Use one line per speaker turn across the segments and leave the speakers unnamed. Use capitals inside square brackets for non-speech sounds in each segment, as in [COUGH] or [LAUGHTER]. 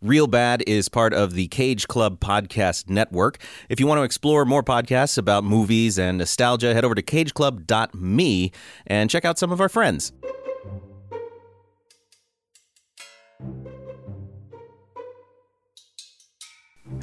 Real Bad is part of the Cage Club Podcast Network. If you want to explore more podcasts about movies and nostalgia, head over to cageclub.me and check out some of our friends.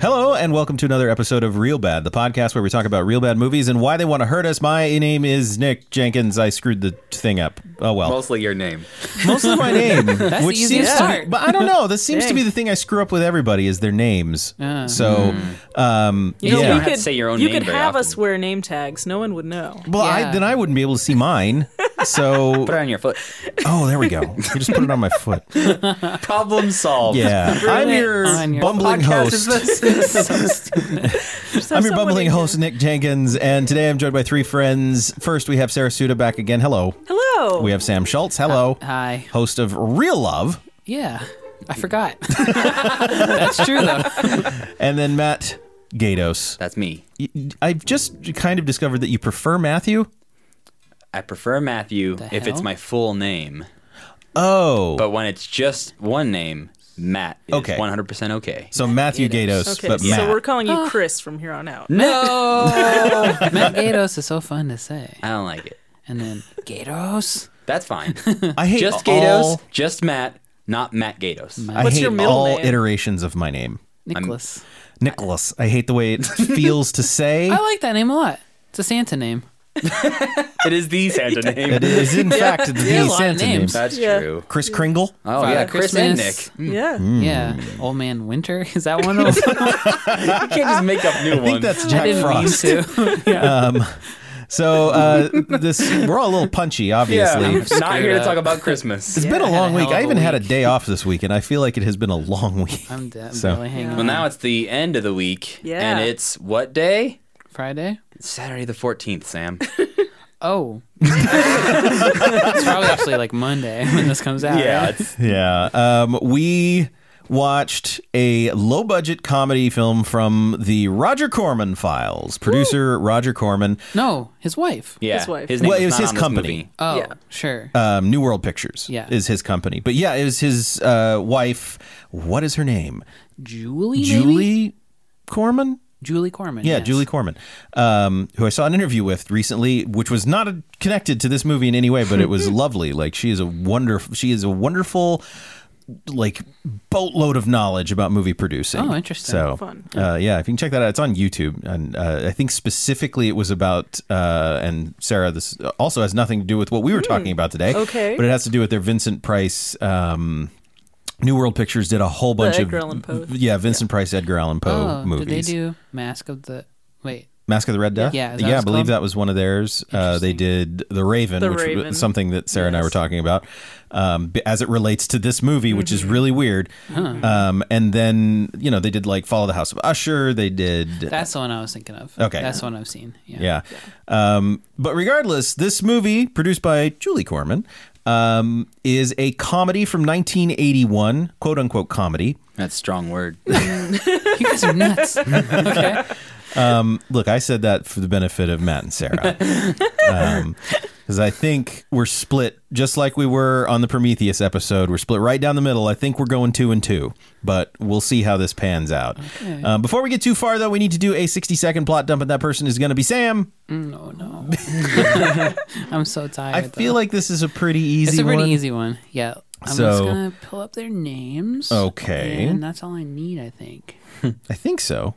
Hello, and welcome to another episode of Real Bad, the podcast where we talk about real bad movies and why they want to hurt us. My name is Nick Jenkins. I screwed the thing up. Oh, well.
Mostly your name.
Mostly my
[LAUGHS]
name.
the
which seems
easiest
to be,
part.
But I don't know. This seems to
Dang. Uh.
be the thing I screw up with everybody is their names. so,
Hmm.
um,
know,
yeah.
we have to say your own
you
name
could
very
have
often.
us wear name tags. No one would know.
Well, I,
Yeah.
then I wouldn't be able to see mine. So,
[LAUGHS]
Put it on your foot.
oh, there we go. You just put it on my foot.
[LAUGHS] Problem solved.
Yeah, I'm
it
your,
on your
bumbling
Podcast is
host.
this.
Just have
I'm your
someone
bumbling
in-
host, Nick Jenkins, and today I'm joined by three friends. First, we have Sarah Suda back again. Hello.
Hello.
We have Sam Schultz. Hello.
Uh, Hi.
Host of Real Love.
Yeah. I
[LAUGHS]
forgot. That's true though.
And then Matt Gatos.
[LAUGHS] That's me.
Y- I've just kind of discovered that you prefer Matthew.
I prefer Matthew if it's
hell?
my full name,
Oh.
but when it's just one name, Matt is
Okay.
100% okay.
so Matthew Gatos,
Okay,
but
so
Matt.
we're calling you Chris from here on
Mm.
[LAUGHS]
out.
No. Matt Gatos is so fun to say.
I don't like it.
And then Gatos.
That's fine.
I hate
just
all,
Gatos, just Matt, not Matt Gatos.
I
What's
hate
your middle
all
name?
iterations of my name.
Nicholas.
Nicholas. I hate the way it feels to say.
I like that name a lot. It's a Santa name.
It is the Santa
It
name.
is, in fact, the
Yeah, a lot of
Santa name.
names.
That's
Yeah.
true.
Chris Kringle.
Oh,
Father
yeah, Chris and Nick.
[LAUGHS]
Christmas.
Yeah.
Mm.
Oh,
Yeah. Old Man Winter. Is that
[LAUGHS]
one of them?
You can't just make up new
I think
ones.
that's
I
Jack
didn't mean
Frost.
to. yeah.
So uh, this we're all a little punchy,
yeah,
obviously.
I'm
It's
not here
screwed
to
up.
talk about Christmas.
been a
I had a
long week.
hell of
I
a
even had a
week.
day off this week, and I feel like it has been a long
[LAUGHS]
week.
I'm dead. I'm
So-
barely hanging
[LAUGHS] Well,
on.
now it's the end of the week,
Yeah.
and it's what day?
Friday.
Saturday the 14th, Sam.
[LAUGHS]
Oh. it's probably actually like Monday [LAUGHS] when this comes out. right?
it's
Yeah. Um, we watched a low budget comedy film from the Roger Corman files. Producer Roger Corman,
No, his wife.
yeah.
His wife.
name
Well, it was
not
his
on this
company.
movie.
Oh,
Yeah.
sure.
um, New World Pictures,
Yeah.
is his company. But yeah, it was his uh, wife. What is her name?
Julie. maybe?
Julie Corman.
Julie Corman.
Yeah,
yes.
Julie Corman, um, who I saw an interview with recently, which was not a, connected to this movie in any way, but it
[LAUGHS]
was lovely. Like she is a wonderful, she is a wonderful, like boatload of knowledge about movie producing.
Oh, interesting.
So
Fun.
Uh, yeah, if you can check that out, it's on YouTube, and uh, I think specifically it was about. Uh, and Sarah, this also has nothing to do with what we were talking about today.
Hmm. okay.
but it has to do with their Vincent Price. Um, New World Pictures did a whole bunch
Edgar
of
Allan Poe.
yeah Vincent Price Edgar Allan Poe
Oh,
movies.
did they do Mask of the? Wait,
Mask of the Red Death.
Yeah, is that what
yeah, I
it's
believe
called?
that was one of theirs. Uh, they did The Raven,
The
which
Raven.
was something that Sarah and I were
Yes.
talking about, um, b- as it relates to this movie, which
Mm-hmm.
is really weird. Um, and then you know they did like Follow the House of Usher. They did.
that's the one I was thinking of.
Okay.
that's the one I've seen. Yeah.
yeah. Um, but regardless, this movie, produced by Julie Corman, um, is a comedy from 1981, quote unquote comedy.
That's a strong word.
[LAUGHS] you guys
[LAUGHS]
are nuts. okay,
Look, I said that for the benefit of Matt and
[LAUGHS]
Sarah. Because I think we're split, just like we were on the Prometheus episode. We're split right down the middle. I think we're going two and two, but we'll see how this pans out. Um, before we get too far, though, we need to do a 60 second plot dump, and that person is going to be Sam.
no, no. [LAUGHS] I'm so tired.
I feel like this is a pretty easy
it's a pretty
one.
easy one. Yeah, I'm just
So-
gonna pull up their names.
Okay.
and that's all I need, I think.
I think so.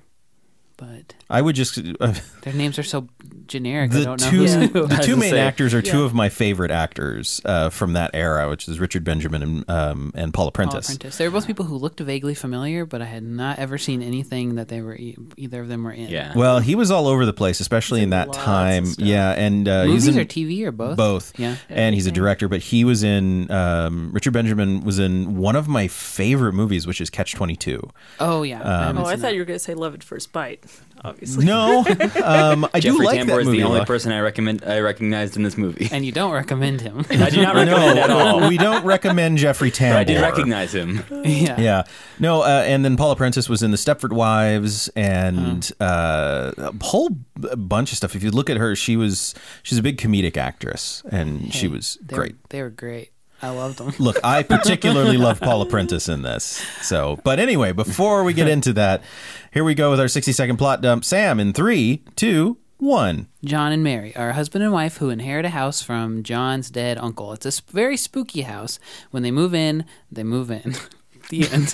But
I would just. Uh,
their names are so generic. I
the
don't know
two,
who's [LAUGHS] who.
the
was
two
gonna
main
say.
actors are two of my favorite actors uh, from that era, which is Richard Benjamin and, um, and Paul
Paul
Apprentice.
Prentice. They were both people who looked vaguely familiar, but I had not ever seen anything that they were e- either of them were in.
Yeah.
Well, he was all over the place, especially in that
lots of
time.
stuff.
Yeah, and uh,
movies
he's in
or TV or both.
both.
Yeah.
and he's a director, but he was in um, Richard Benjamin was in one of my favorite movies, which is Catch Twenty Two.
Oh yeah.
Um,
haven't
Oh, I
seen
thought
that.
you were going to say Love at First Bite, obviously.
No, um, I do
Jeffrey
like
Tambor
that
is
movie.
the
a
only
lot.
person I recommend I recognized in this movie.
and you don't recommend him.
[LAUGHS] I do not recommend it
[LAUGHS]
at all.
no, we don't recommend Jeffrey Tambor.
But I did recognize him.
[LAUGHS] yeah.
Yeah, no, uh, and then Paula Prentice was in The Stepford Wives and
Uh-huh.
uh, a whole b- bunch of stuff. If you look at her, she was she's a big comedic actress, and she was
They were-
great.
They were great. I loved them.
Look, I particularly love Paula Prentice in this. So, but anyway, before we get into that, here we go with our 60 second plot dump. Sam in three, two, one.
John and Mary are a husband and wife who inherit a house from John's dead uncle. It's a sp- very spooky house. When they move in, they move in. [LAUGHS] the end.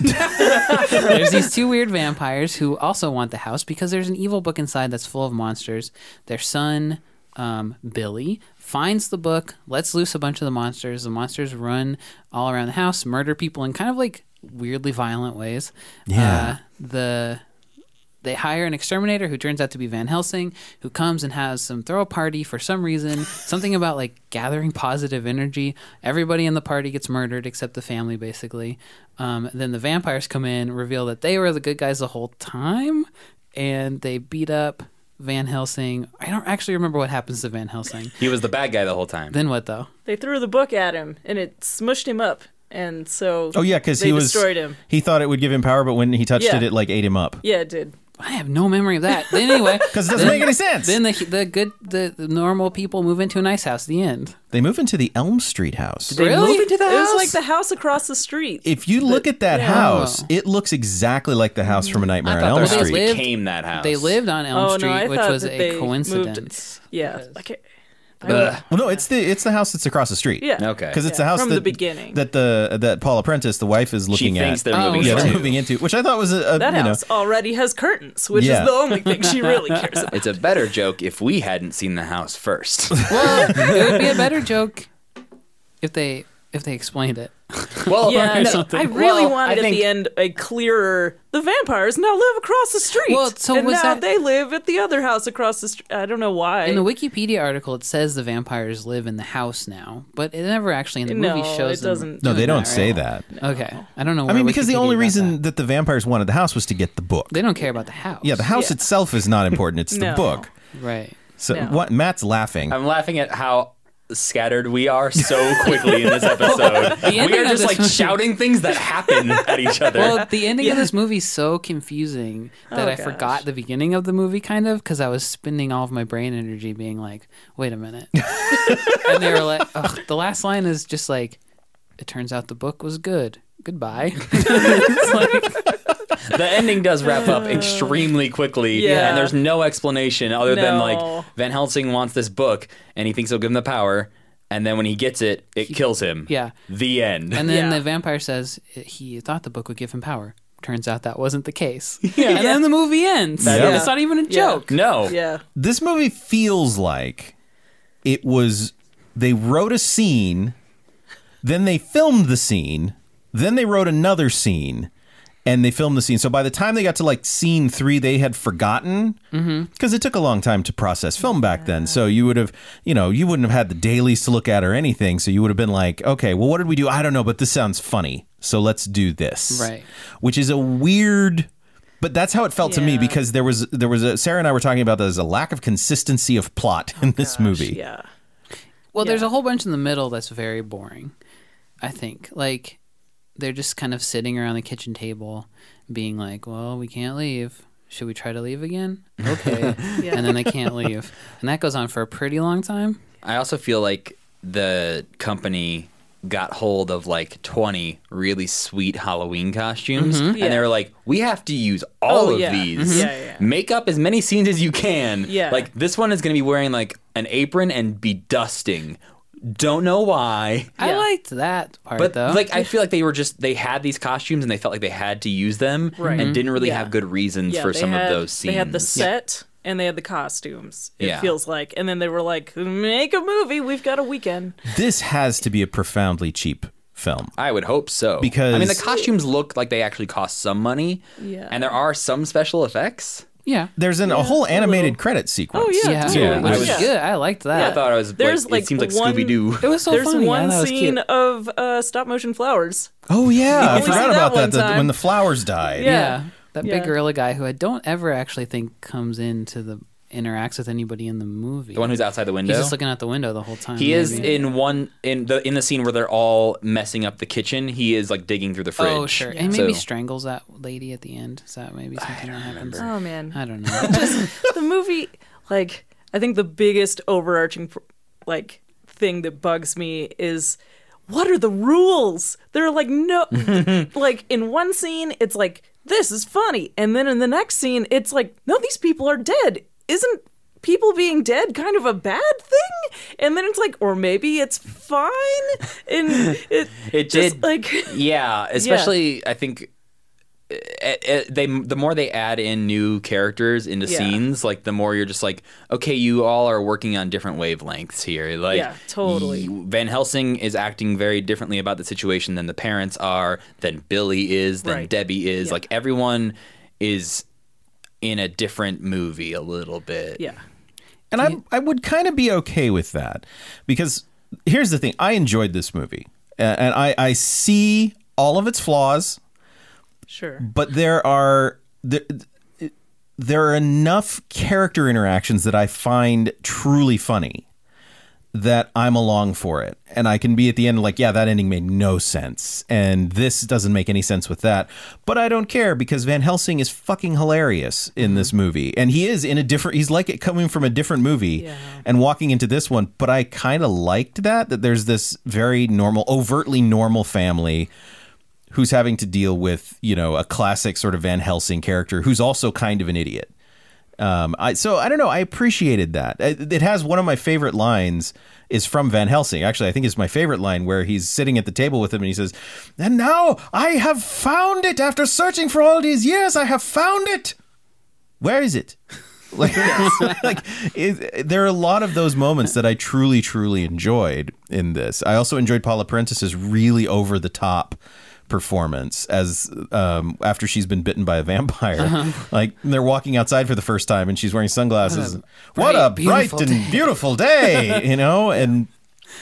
there's these two weird vampires who also want the house because there's an evil book inside that's full of monsters. Their son, um, Billy, finds the book, lets loose a bunch of the monsters. The monsters run all around the house, murder people in kind of like weirdly violent ways.
Yeah.
Uh, the they hire an exterminator who turns out to be Van Helsing, who comes and has some throw a party for some reason. something about like gathering positive energy. Everybody in the party gets murdered except the family, basically. Um, then the vampires come in, reveal that they were the good guys the whole time, and they beat up Van Helsing. I don't actually remember what happens to Van Helsing.
He was the bad guy the whole time.
then what though?
They threw the book at him and it smushed him up. And so
Oh, yeah, because
they
he was.
destroyed him.
He thought it would give him power, but when he touched
Yeah.
it, it like ate him up.
Yeah, it did.
I have no memory of that. Then
[LAUGHS]
anyway,
Because it doesn't
then-
make any sense.
Then the the good the, the normal people move into a nice house. The end.
they move into the Elm Street house.
They Really? move into the
it
house?
was like the house across the street.
If you look at that
yeah.
house, it looks exactly like the house from
Mm,
A Nightmare on
thought
Elm
that was
Street.
house
lived-
became that house.
They lived on Elm
Oh, no,
Street,
I
which
thought
was
that they
a
moved-
coincidence.
yeah. Like, I,
Ugh.
Well, no, it's the it's the house that's across the street.
yeah.
Okay.
because it's
Yeah,
the house
from
that,
the beginning.
that the that Paula Prentice, the wife, is
she
looking
thinks
at.
they're
Oh,
moving.
yeah, they're
into.
moving into, which I thought was a, a
That
you know,
house already has curtains, which
Yeah.
is the only thing
[LAUGHS]
she really cares about.
It's a better joke if we hadn't seen the house first.
Well, it would be a
[LAUGHS]
better joke if they if they explained it.
[LAUGHS]
[LAUGHS]
well,
Yeah,
no,
I really
well,
wanted
I
at
think-
the end a clearer. The vampires now live across the street,
Well, so
and
was
now
that-
they live at the other house across the street. I don't know why.
In the Wikipedia article, it says the vampires live in the house now, but it never actually in the
no,
movie shows.
it
them
doesn't.
no, they
doing
don't
that,
say
right?
that.
Okay, I don't know.
I
where
mean, because the
Wikipedia
only
got
reason
that.
that. the vampires wanted the house was to get the book.
they don't care about the house.
Yeah, the house
Yeah.
itself is not important; it's the
[LAUGHS] No.
book.
Right.
So
No.
what? Matt's laughing.
I'm laughing at how scattered we are so quickly in this
[LAUGHS]
episode. we
ending
are
of
just
this
like
movie-
shouting things that happen at each other.
Well, the ending of this movie is so confusing that
Oh,
I
gosh.
forgot the beginning of the movie, kind of, because I was spending all of my brain energy being like, wait a
[LAUGHS]
minute. and they were like, Ugh, the last line is just like, it turns out the book was good. Goodbye.
[LAUGHS]
It's like-
[LAUGHS]
[LAUGHS] Uh,
the ending does wrap up extremely quickly,
Yeah.
and there's no explanation other than
No.
like Van Helsing wants this book, and he thinks he'll give him the power, and then when he gets it, it kills him.
yeah.
The end.
And then
Yeah.
the vampire says he thought the book would give him power. Turns out that wasn't the
[LAUGHS]
case. And then the movie ends.
Yeah.
It's not even a
Yeah.
joke.
no.
yeah,
this movie feels like it was they wrote a scene, then they filmed the scene, then they wrote another scene, and they filmed the scene. So by the time they got to like scene three, they had forgotten because it took a long time to process film back then. So you would have, you know, you wouldn't have had the dailies to look at or anything. So you would have been like, okay, well, what did we do? I don't know, but this sounds funny. So let's do this.
Right.
Which is a weird. But that's how it felt to me
Yeah.
because there was there was a Sarah and I were talking about there's a lack of consistency of plot in this movie.
yeah.
Well, there's
Yeah.
a whole bunch in the middle that's very boring, I think. Like, they're just kind of sitting around the kitchen table being like, well, we can't leave. Should we try to leave again?
[LAUGHS]
Okay. And then they can't leave. And that goes on for a pretty long time.
I also feel like the company got hold of like 20 really sweet Halloween costumes and they
Mm-hmm. Yeah.
were like we have to use all
Oh,
of
yeah.
these
Mhm. Yeah, yeah, yeah.
make up as many scenes as you can
Yeah.
like this one is going to be wearing like an apron and be dusting don't know why
I
Yeah.
liked that part,
but
though.
like I feel like they were just they had these costumes and they felt like they had to use them
Right.
and didn't really
Yeah.
have good reasons
yeah
for
they
some
had-
of those scenes
They had the set and they had the costumes. It
Yeah.
feels like, and then they were like, "Make a movie. We've got a weekend."
This has to be a profoundly cheap film.
I would hope so.
Because-
I mean, the costumes look like they actually cost some money.
Yeah.
And there are some special effects.
yeah.
There's an, a whole animated credit sequence.
Oh, yeah.
Yeah.
totally.
Yeah,
Which
I
is
was-
good. I liked
I
that.
thought I was.
There's,
like,
like,
it seems like
one-
Scooby
[LAUGHS]
Doo.
It was so
There's
funny. I
one
thought it was
scene
cute.
of uh, stop motion flowers.
Oh yeah, I
You only
forgot
see that
about that.
one
the-
time.
when the flowers died.
Yeah.
Yeah.
That
Yeah.
big gorilla guy who I don't ever actually think comes into the interacts with anybody in the movie.
The one who's outside the window.
He's just looking out the window the whole time.
he is
maybe.
in one in the in the scene where they're all messing up the kitchen. He is like digging through the fridge.
Oh, sure. And maybe
So-
strangles that lady at the end. Is that maybe something that happens?
Oh man,
[LAUGHS]
I don't know.
the movie like i think the biggest overarching like thing that bugs me is what are the rules? There are
[LAUGHS]
like no like in one scene it's like this is funny and then in the next scene it's like no these people are dead. Isn't people being dead kind of a bad thing? And then it's like or maybe it's fine
[LAUGHS]
and it
It
just
did-
like [LAUGHS]
Yeah, especially I think eh, eh, they the more they add in new characters into
Yeah.
scenes, like the more you're just like, okay, you all are working on different wavelengths here. Like,
Yeah, totally.
you- Van Helsing is acting very differently about the situation than the parents are, than Billy is, than
Right.
Debbie is.
Yeah.
Like everyone is in a different movie a little bit.
yeah.
And I I would kind of be okay with that because here's the thing: I enjoyed this movie, a- and I I see all of its flaws,
Sure.
but there are there, there are enough character interactions that I find truly funny that I'm along for it, and I can be at the end like, yeah, that ending made no sense, and this doesn't make any sense with that, but I don't care because Van Helsing is fucking hilarious in this movie, and he is in a different. He's like it coming from a different movie
Yeah.
and walking into this one, but I kind of liked that that there's this very normal, overtly normal family who's having to deal with you know a classic sort of Van Helsing character who's also kind of an idiot. Um, I so I don't know. I appreciated that. It, it has one of my favorite lines is from Van Helsing. Actually, I think it's my favorite line where he's sitting at the table with him and he says, "And now I have found it. After searching for all these years, I have found it. Where is it?" [LAUGHS] Like, [LAUGHS] like it, there are a lot of those moments that I truly, truly enjoyed in this. I also enjoyed Paula Prentice's really over the top performance as um, after she's been bitten by a vampire. Like they're walking outside for the first time and she's wearing sunglasses. what a
bright,
bright
beautiful
and
day.
beautiful day, you know? And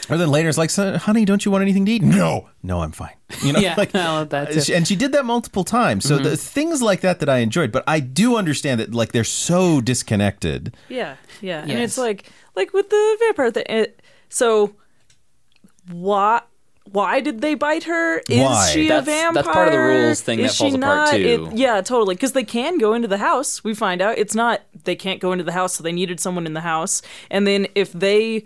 or then later it's like, "So, honey, don't you want anything to eat? No, no, I'm fine. You know,
Yeah,
[LAUGHS] like, uh,
I love that too. Mm-hmm.
she- and she did that multiple times. So the things like that that I enjoyed, but I do understand that like they're so disconnected.
Yeah, yeah, and
Yes.
it's like like with the vampire thing. It, so why why did they bite her? Is
Why?
she a
That's-
vampire?
that's part of the rules thing
Is
that
she
falls apart,
not?
too.
It- yeah, totally. Because they can go into the house. We find out it's not they can't go into the house, so they needed someone in the house. And then if they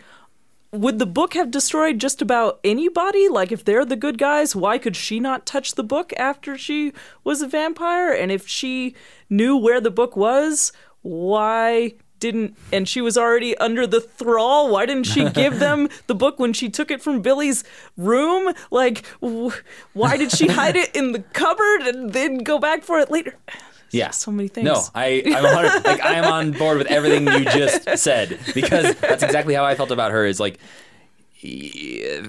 would the book have destroyed just about anybody? Like, if they're the good guys, why could she not touch the book after she was a vampire? And if she knew where the book was, why didn't. And she was already under the thrall, why didn't she give them the book when she took it from Billy's room? Like, w- why did she hide it in the cupboard and then go back for it later? [SIGHS]
Yeah,
So many things.
No, I I'm a hundred-
[LAUGHS]
like I am on board with everything you just said because that's exactly how I felt about her. Is like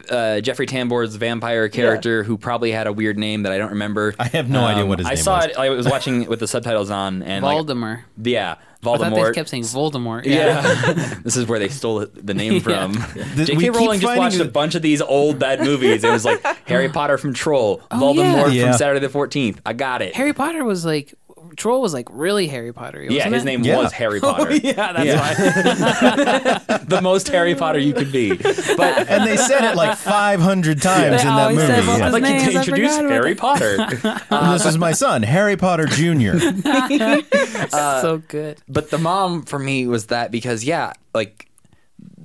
uh, Jeffrey Tambor's vampire character who probably had a weird name that I don't remember. Um,
I have no idea what his
I
name
saw
was.
it. I was watching it with the subtitles on and like,
Voldemort.
yeah,
I thought they
Voldemort.
kept saying Voldemort. Yeah.
[LAUGHS] yeah, [LAUGHS] this is where they stole it- the
[LAUGHS]
name from.
The- we
J.K.
keep
Rowling just
finding
watched a
that-
bunch of these old bad movies. It was
[LAUGHS]
like Harry Potter from Troll, Voldemort
yeah. Yeah.
from Saturday the Fourteenth. I got it.
Oh, Harry Potter was like, Troll was like really Harry Potter.
yeah, his
[LAUGHS]
name
Yeah.
was
[LAUGHS]
Harry Potter.
Oh, Yeah, that's why.
[LAUGHS] the most Harry Potter you could be. But
And they said it
[LAUGHS]
like 500 times in that
always
movie.
said both
Yeah.
of
I'd like you
Names,
to
I
introduce
forgot about
Harry Potter.
And this is my son, Harry
[LAUGHS]
Potter Jr.
Uh,
so good.
but the mom for me was that because yeah, like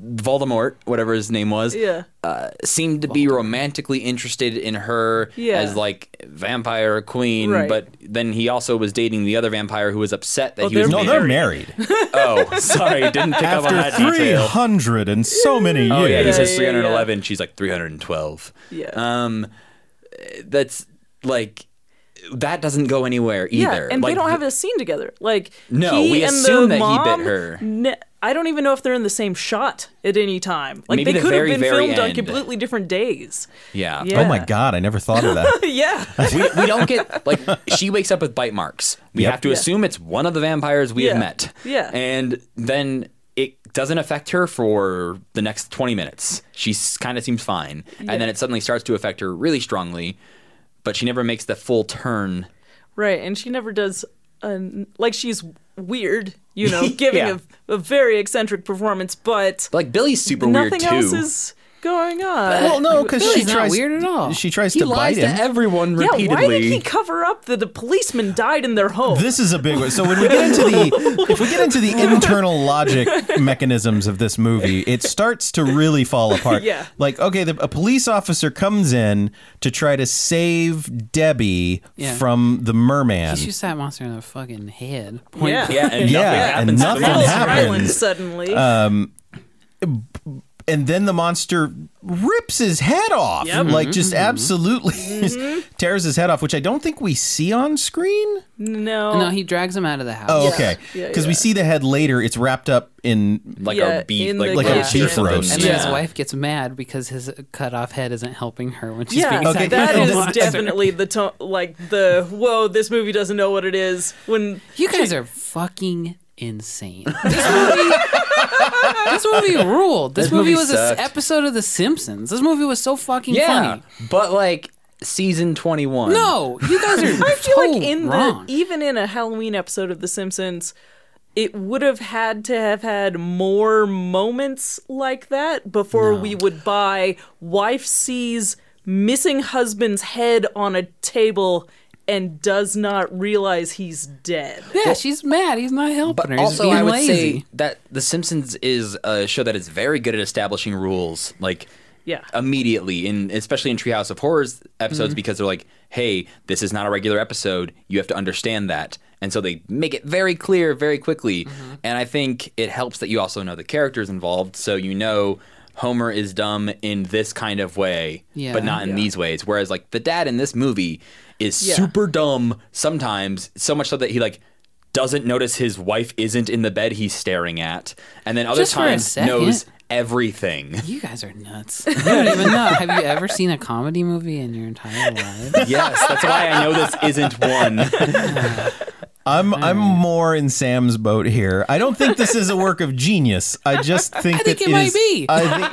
Voldemort, whatever his name was,
Yeah.
uh, seemed to be romantically interested in her
Yeah.
as like vampire queen.
Right.
But then he also was dating the other vampire who was upset that
Oh,
he was.
they're
No, they're married.
oh, sorry, didn't pick up on
After
that detail.
300 and so many years.
Oh yeah, he
Yeah,
says
yeah,
311. She's like 312.
Yeah.
Um, that's like that doesn't go anywhere either.
Yeah, and
like,
they don't have a scene together. Like
No,
he
we
and
assume
the
that he bit
mom,
her.
ne- I don't even know if they're in the same shot at any time. Like
Maybe
they
the
could
very,
have been
very
filmed on
end.
completely different days.
Yeah.
Oh my
Yeah.
God, I never thought of
[LAUGHS]
that.
[LAUGHS] yeah,
we, we don't
[LAUGHS]
get like she wakes up with bite marks. We
Yep.
have to
Yeah.
assume it's one of the vampires we
Yeah.
have met.
Yeah.
And then it doesn't affect her for the next 20 minutes. She kind of seems fine. And then it suddenly starts to affect her really strongly, but she never makes the full turn.
right. And she never does. An, like she's weird,
[LAUGHS]
you know, giving
Yeah.
a, a very eccentric performance, but
Like Billy's super weird
nothing
too.
else is. going on?
Well, no, because she
Billy's not
tries.
weird at all.
She tries
He
to
lies
bite
to
him.
everyone
yeah,
repeatedly.
why did he cover up that a policeman died in their home?
This is a big one. So when we get into the if we get into the internal logic mechanisms of this movie, it starts to really fall apart.
Yeah.
Like okay, the, a police officer comes in to try to save Debbie
Yeah.
from the merman.
She shoots that monster in the fucking head.
yeah,
Yeah, and
Yeah,
nothing
and
happens. Uh,
nothing
to the
Falls
monster.
happens.
Island suddenly.
and then the monster rips his head off.
Yep. Mm-hmm.
Like just absolutely [LAUGHS] tears his head off, which I don't think we see on screen.
no,
No, he drags him out of the house.
Oh, okay. Because
Yeah,
we
yeah.
see the head later. It's wrapped up in
Like
Yeah,
a beef,
in
like,
the
like
Yeah.
a beef
Yeah.
roast.
And then his
Yeah.
wife gets mad because his cut off head isn't helping her when she's
yeah,
being
Okay.
okay.
that
sacrificed.
is definitely the to- like the whoa. This movie doesn't know what it is when
You guys are fucking insane. This movie, this movie ruled. This,
This
movie,
movie
was an
sucked.
episode of The Simpsons. This movie was so fucking
Yeah,
funny.
but like season twenty-one.
No, you guys are.
[LAUGHS] I feel like in
wrong.
the e- even in a Halloween episode of The Simpsons, it would have had to have had more moments like that before we would buy wife sees missing husband's head on a table and does not realize
[LAUGHS]
he's dead.
yeah, she's mad. He's not helping
But
her. He's
also,
being
I would
lazy.
say that The Simpsons is a show that is very good at establishing rules, like
Yeah.
immediately, in especially in Treehouse of Horrors episodes, because they're like, "Hey, this is not a regular episode. You have to understand that," and so they make it very clear very quickly. And I think it helps that you also know the characters involved, so you know. Homer is dumb in this kind of way,
Yeah.
but not in these ways. Whereas, like the dad in this movie is super dumb sometimes, so much so that he like doesn't notice his wife isn't in the bed he's staring at, and then other
Just for a
times
second.
knows everything.
You guys are nuts. You don't even know. Have you ever seen a comedy movie in your
[LAUGHS]
entire life?
yes, that's why I know this isn't [LAUGHS]
[LAUGHS]
one.
I'm I'm more in Sam's boat here. I don't think this is a work of genius. I just think
think
that
it might
is-
be.
I think,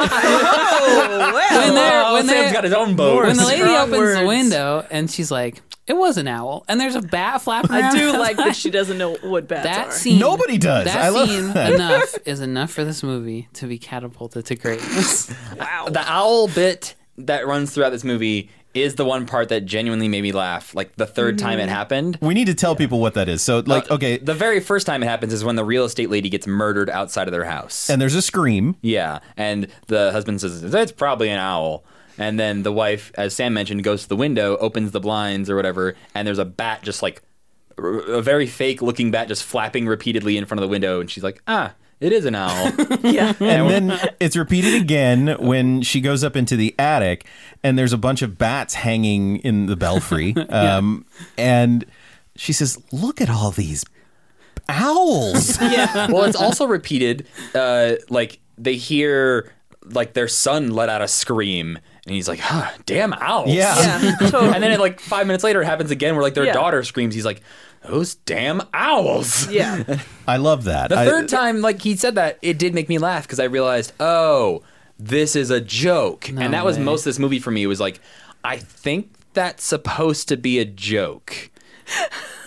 When they're-
Oh, Sam's
when they're-
got his own boat.
when the lady
Strong
opens the
words.
window and she's like, "It was an owl," and there's a bat flapping.
[LAUGHS] I
around
do
outside.
like
[LAUGHS]
that she doesn't know what bats
that
are.
scene.
Nobody does.
That
I love
scene
that.
enough is enough for this movie to be catapulted
[LAUGHS]
to greatness.
wow.
[LAUGHS] the owl bit that runs throughout this movie is the one part that genuinely made me laugh. Like the 3rd time
Mm-hmm.
it happened.
[LAUGHS] we need to tell people what that is. So like
Uh,
okay,
The very first time it happens is when the real estate lady gets murdered outside of their house.
and there's a scream.
Yeah, and the husband says that's probably an owl. And then the wife, as Sam mentioned, goes to the window, opens the blinds or whatever, and there's a bat just like r- a very fake looking bat just flapping repeatedly in front of the window, and she's like, ah, it is an owl.
[LAUGHS]
yeah.
And then it's repeated again when she goes up into the attic, and there's a bunch of bats hanging in the belfry. Um, And she says, "Look at all these owls."
well, it's also repeated. Uh, like they hear like their son let out a scream, and he's like, huh, damn owls.
Yeah.
[LAUGHS]
Yeah. Totally.
And then it, like five minutes later, it happens again where like their
Yeah.
daughter screams. He's like, those damn owls.
yeah.
I love that.
The
I-
third time, like he said that, it did make me laugh because I realized, oh, this is a joke, and that was
way.
most of this movie for me. It was like, I think that's supposed to be a joke,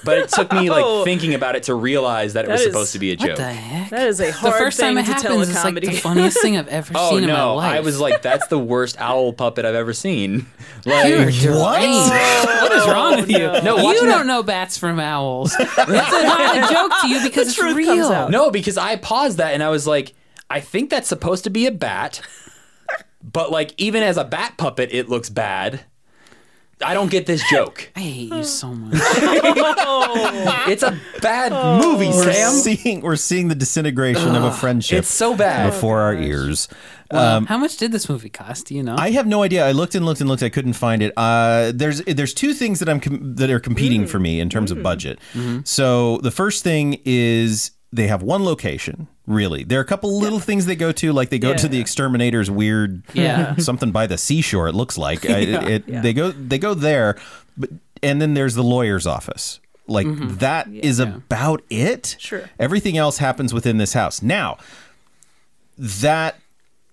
but it took me like
[LAUGHS]
No.
thinking about it to realize that it
That
was
is-
supposed to be a
what
joke.
the heck?
That is a
the
hard
first
thing
time it
to tell a
happens is like
comedy.
the funniest thing
[LAUGHS]
I've ever
Oh
seen in my
no!
life.
I was like, "That's the worst owl puppet I've ever seen."
You're
Like,
deranged. [LAUGHS] what is wrong with you?
[LAUGHS] No,
you
watching
don't
that-
know bats from
[LAUGHS]
owls. It's a- not a joke to you because it's
truth
real.
comes out.
no, because I paused that and I was like, "I think that's supposed to be a
[LAUGHS]
bat," but like, even as a bat puppet, it looks bad. I don't get this
[LAUGHS]
joke.
I hate you
[LAUGHS]
so much.
It's a bad
Oh.
movie,
we're
Sam.
seeing we're seeing the disintegration of a friendship.
It's so bad.
before our ears.
Um,
How much did this movie cost? Do you know?
I have no idea. I looked and looked and looked. I couldn't find it. Uh, there's there's two things that I'm com- that are competing for me in terms of budget. So the first thing is they have one location. Really, there are a couple little things they go to, like they go to the exterminator's weird
Yeah.
[LAUGHS] something by the seashore. It looks like I- it, it- they go they go there, but and then there's the lawyer's office. Like that is about it.
Sure.
Everything else happens within this house. Now, that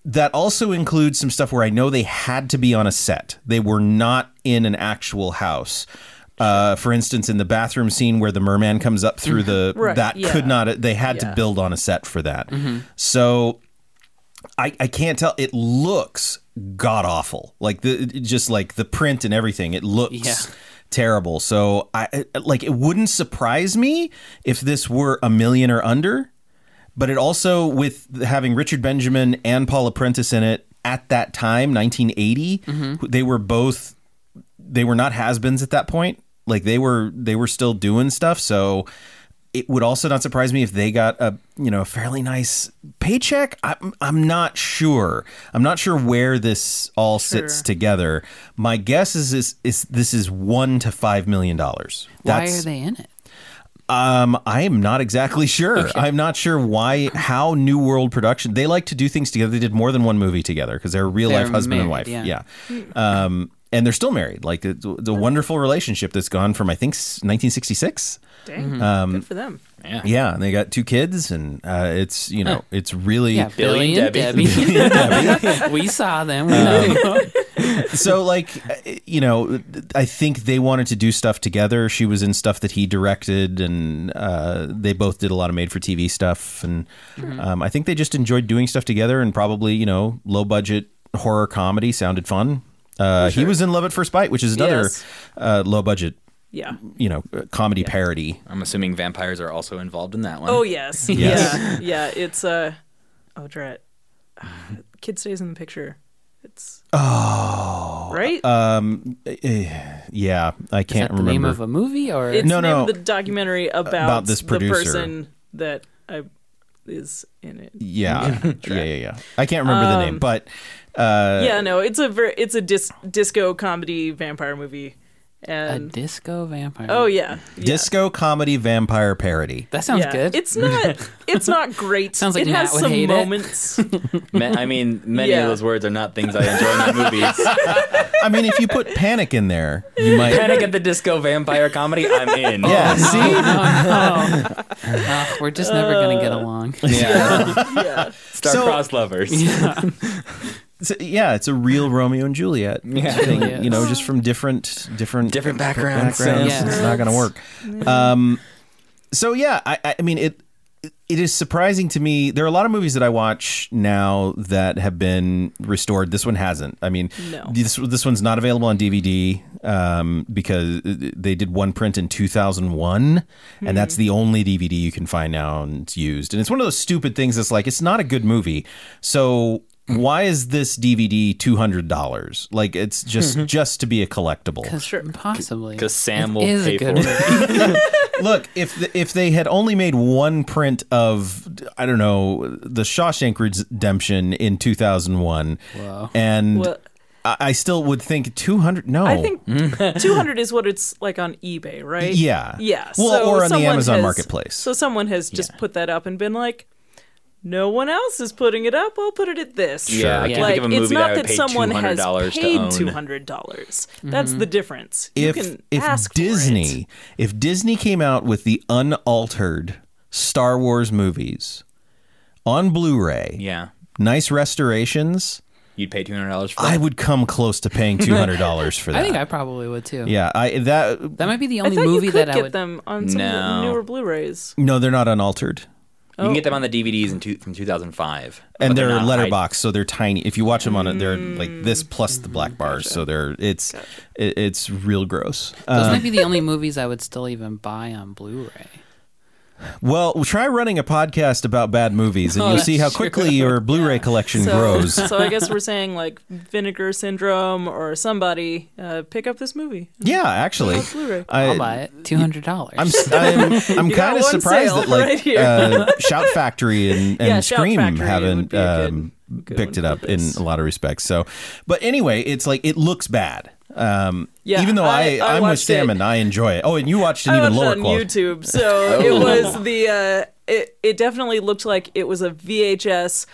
that also includes some stuff where I know they had to be on a set. They were not in an actual house. Uh, for instance, in the bathroom scene where the merman comes up through the
Mm-hmm. Right,
that
yeah. Mm-hmm.
could not they had to build on a set for that. So I, I can't tell. It looks god awful. Like the it- just like the print and everything. It looks
Yeah.
terrible. So I I- like it wouldn't surprise me if this were a million or under. But it also with having Richard Benjamin and Paul Apprentice in it at that time, 1980, they were both they were not has-beens at that point. Like they were they were still doing stuff. So it would also not surprise me if they got a you know a fairly nice paycheck. I'm I'm not sure. I'm not sure where this all sits
Sure.
together. My guess is is, is this is one to five million dollars.
Why are they in it?
Um, I am not exactly sure. I'm not sure why, how New World Production. They like to do things together. They did more than one movie together because they're real
They're
life husband and wife.
married,
Yeah. Um, and they're still married. Like it's, it's a wonderful relationship that's gone from I think s- 1966.
Dang,
Mm-hmm.
Um,
good for them.
Yeah.
Yeah, and they got two kids, and uh, it's you know it's really
Yeah,
Billy
Billy,
and
and Debbie.
[LAUGHS]
[LAUGHS] we saw them. We know.
Um,
[LAUGHS]
so like uh, you know i think they wanted to do stuff together she was in stuff that he directed and uh, they both did a lot of made for tv stuff and
Mm-hmm.
um, i think they just enjoyed doing stuff together and probably you know low budget horror comedy sounded fun uh, he was in love at first bite which is another
Yes.
uh, low budget
Yeah.
you know uh, comedy parody
I'm assuming vampires are also involved in that one.
Oh yes.
Yes. [LAUGHS]
Yeah. Yeah. It's uh oh drat. [SIGHS] Kid stays in the picture. It's Oh right?
Uh, yeah i
Is
can't
that
remember
the name of a movie or
it's
no,
the name of
no.
the documentary about,
About this producer.
the person that I is in
[LAUGHS]
it.
yeah yeah yeah yeah i can't remember the
Um,
name but uh,
yeah, no, it's a ver- it's a dis- disco comedy vampire movie.
a
And
disco vampire?
oh yeah. yeah.
disco comedy vampire parody
that sounds
Yeah.
good. [LAUGHS]
It's not it's not great.
Sounds like
it has
Matt would
some
hate it. [LAUGHS]
moments.
Ma- I mean, many
Yeah.
of those words are not things I enjoy in my movies.
I mean, if you put Panic in there, you might.
[LAUGHS]
[LAUGHS]
Panic at the Disco vampire comedy, I'm in.
Yeah, see,
oh, no. Ugh,
[LAUGHS]
we're just never gonna
Uh,
[LAUGHS]
get along.
Yeah.
yeah.
Star-crossed lovers.
[LAUGHS] it's a- yeah, it's a real Romeo and Juliet thing,
Yes.
you know, just from different, different,
Different backgrounds.
backgrounds.
Yeah.
It's not going to work. Um, so yeah, I, I- I mean, it, it is surprising to me. There are a lot of movies that I watch now that have been restored. This one hasn't. I mean,
No.
this this one's not available on DVD um, because they did one print in 2001, and that's
Hmm.
the only DVD you can find now and it's used. And it's one of those stupid things that's like it's not a good movie, so.
Hmm.
Why is this DVD two hundred dollars? Like it's
Mm-hmm.
just just to be a
[LAUGHS]
collectible.
Sure. Possibly.
Because Sam
It
will
is
pay
a
for
good
it.
movie.
Look, if the, if they had only made one print of I don't know the Shawshank Redemption in two thousand one,
Wow.
and
Well,
I, I still would think two hundred. No,
Oh.
I think
Mm.
[LAUGHS] 200 is what it's like on eBay, right?
Yeah.
Yeah.
Well,
so
or on the
someone
Amazon
has-
Marketplace.
So someone has just put that up and been like, no one else is putting it up. I'll put it at this.
Yeah, I can't
Like,
think of a movie
it's not
that I would pay
someone has
$200 to
paid
own.
$200. dollars That's
Mm-hmm.
the difference.
if
you can
if
ask for
Disney if Disney came out with the unaltered Star Wars movies on Blu-ray,
Yeah.
nice restorations,
You'd pay $200 for that.
I would come close to paying two hundred dollars for that.
I think I probably would too.
yeah, I that
That might be the
it. I
only
thought
movie
you could
that I
get
would.
them on some
No.
of the newer Blu-rays.
no, they're not unaltered.
You
Oh.
can get them on the DVDs in two, from 2005.
And
but
they're,
not high-
letterbox, so they're tiny. If you watch them on it, they're like this
Mm,
plus the black bars, so they're it's it, it's real gross.
Those
Uh.
might be the only movies I would still even buy on Blu-ray.
Well, try running a podcast about bad movies, and
Oh,
you'll
that's
see how quickly your Blu-ray collection
So,
grows.
[LAUGHS] so I guess we're saying like Vinegar Syndrome or somebody uh, pick up this movie.
Yeah, actually,
Oh, Blu-ray.
I,
I'll buy it. Two hundred dollars.
I'm s- I'm, I'm
[LAUGHS] You got
kind of
one
surprised
sale
that like
right here. [LAUGHS]
uh, Shout Factory and, and
Yeah, Shout
Scream
Factory would
haven't
be a good-
um,
good
picked
one
it
for
up in
this.
a lot of respects. So, but anyway, it's like it looks bad. Um,
Yeah,
even though I,
I- I
am with
watched
Sam
it.
and I enjoy it. Oh, and you watched an
I
even
watched
lower
it on
quality.
[LAUGHS]
YouTube, so it
Oh.
was the uh, it it definitely looked like it was a VHS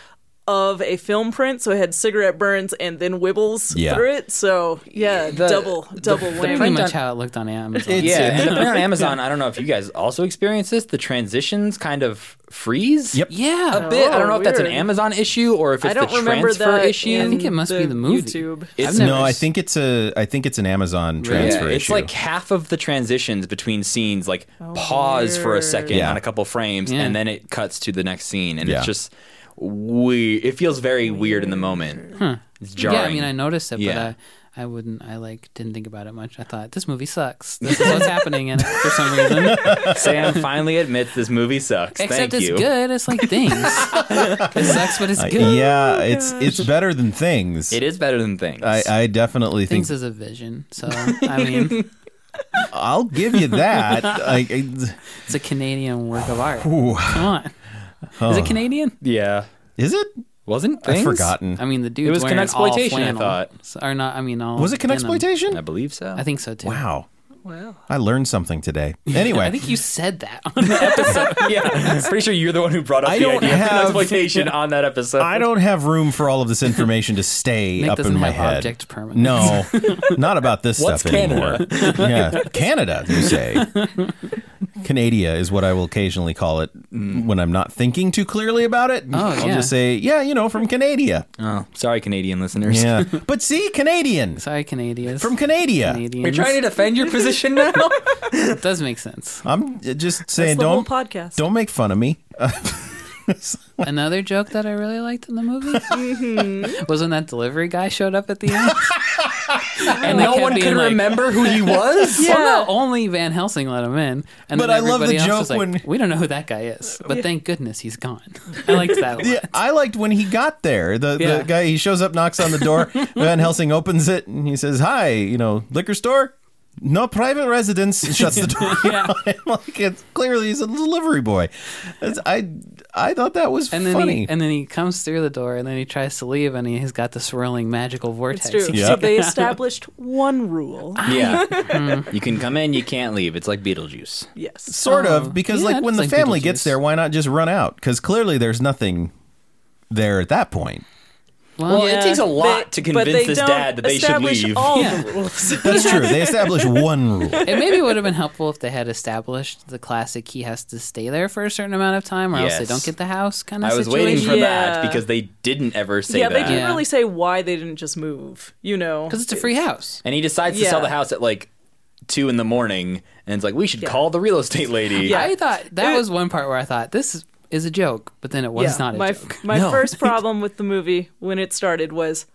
of a film print, so it had cigarette burns and then wibbles
Yeah.
through it. So yeah,
The-
double double whammy.
pretty
print
much
on-
how it looked on Amazon.
It's-
Yeah,
it-
and the print on Amazon, I don't know if you guys also experience this, the transitions kind of freeze.
Yep.
yeah,
A bit. I don't know if that's an
Oh, weird.
Amazon issue or if it's
I don't
the
remember
transfer
that.
issue.
I think it
in
must be the movie.
YouTube.
It's-
I've never
No, I
s-
think it's a I think it's an Amazon transfer
yeah,
issue.
It's like half of the transitions between scenes
Oh,
like pause for a second
Yeah.
on a couple frames
Yeah.
and then it cuts to the next scene and
Yeah.
it's just we it feels very weird in the moment. It's jarring.
Yeah, I mean, I noticed it,
Yeah.
but I, I wouldn't. I like didn't think about it much. I thought this movie sucks. This is what's happening in it
[LAUGHS]
for some reason.
Sam finally admits this movie sucks.
Except
Thank
it's
you.
good. It's like
[LAUGHS]
things. it sucks, but it's
I-
good.
Uh,
oh
yeah, it's it's better than things.
It is better than things.
I, I definitely think
Things is a vision. So I mean,
I'll give you
[LAUGHS]
that. Like, I-
it's a Canadian work of art.
ooh,
Come on. Is it Canadian?
yeah.
is it?
Wasn't
I've
things?
forgotten.
I mean, the dude
was
wearing all
Kinexploitation, I
flannel.
thought.
So- Or not? I mean, all
Was it
denim.
Kinexploitation?
I believe so.
I think so too.
Wow,
Well,
I learned something today.
[LAUGHS]
Anyway,
I think you said that [LAUGHS] on the
[LAUGHS]
[LAUGHS] yeah. I'm pretty sure you're the one who brought up
I
the
don't
idea
have-
of exploitation on that episode.
I don't have room for all of this information to stay
Nick
up in
doesn't
my
have
head.
object permanence. [LAUGHS]
No, not about this
What's
stuff anymore. yeah, Canada, you
[LAUGHS]
say. Canada is what I will occasionally call it when I'm not thinking too clearly about it. I'll
Mm. Oh, yeah.
just say, yeah, you know, from
[LAUGHS]
Canada.
Oh, sorry, Canadian listeners.
Yeah, but see, Canadians
Sorry, Canadians.
from Canada.
Canadians.
You're trying to defend your position now.
It [LAUGHS] does make sense.
I'm just
that's
saying,
the whole
don't
podcast.
don't make fun of me.
Another joke that I really liked in the movie
Mm-hmm.
was when that delivery guy showed up at the end.
[LAUGHS]
and they
no
kept
one
being
can
like,
remember who he
[LAUGHS]
was. [LAUGHS]
Well,
Yeah.
no, only Van Helsing let him in. And
But
then
I love the
everybody else
joke
was like,
when-
we don't know who that guy is, but thank goodness he's gone. I liked
[LAUGHS]
that one.
Yeah, I liked when he got there. The,
Yeah.
the guy he shows up, knocks on the
[LAUGHS]
door. Van Helsing opens it and he says, "Hi, you know, liquor store, no private residence." And shuts the door.
[LAUGHS] Yeah.
[LAUGHS] like it's clearly he's a delivery boy. That's- I I thought that was
And then
funny.
he and then he comes through the door and then he tries to leave and he has got the swirling magical vortex.
It's true.
Yeah.
[LAUGHS]
So they established one rule.
Yeah. you can come in, you can't leave. It's like Beetlejuice.
Yes.
sort
Oh,
of because
yeah,
like when
it's
the
like
family gets
Beetlejuice.
there, why not just run out? Because clearly there's nothing there at that
[LAUGHS]
point.
Well,
Well, it takes a lot to
They- but
convince
they
this
don't
dad that they should
establish
leave.
All
Yeah.
the [LAUGHS] rules.
That's true. They establish one rule.
[LAUGHS] it maybe would have been helpful if they had established the classic he has to stay there for a certain amount of time or else
Yes.
they don't get the house kind of
I was
situation.
waiting for that
Yeah.
because they didn't ever say
yeah, they
that.
didn't
Yeah.
really say why they didn't just move. You know,
because it's a free house.
And he decides to sell
Yeah.
the house at like two in the morning, and it's like we should call the real estate lady.
Yeah.
I thought that
It-
was one part where I thought this is, is a joke, but then it was not a
my
joke.
my
No.
[LAUGHS]
first problem with the movie when it started was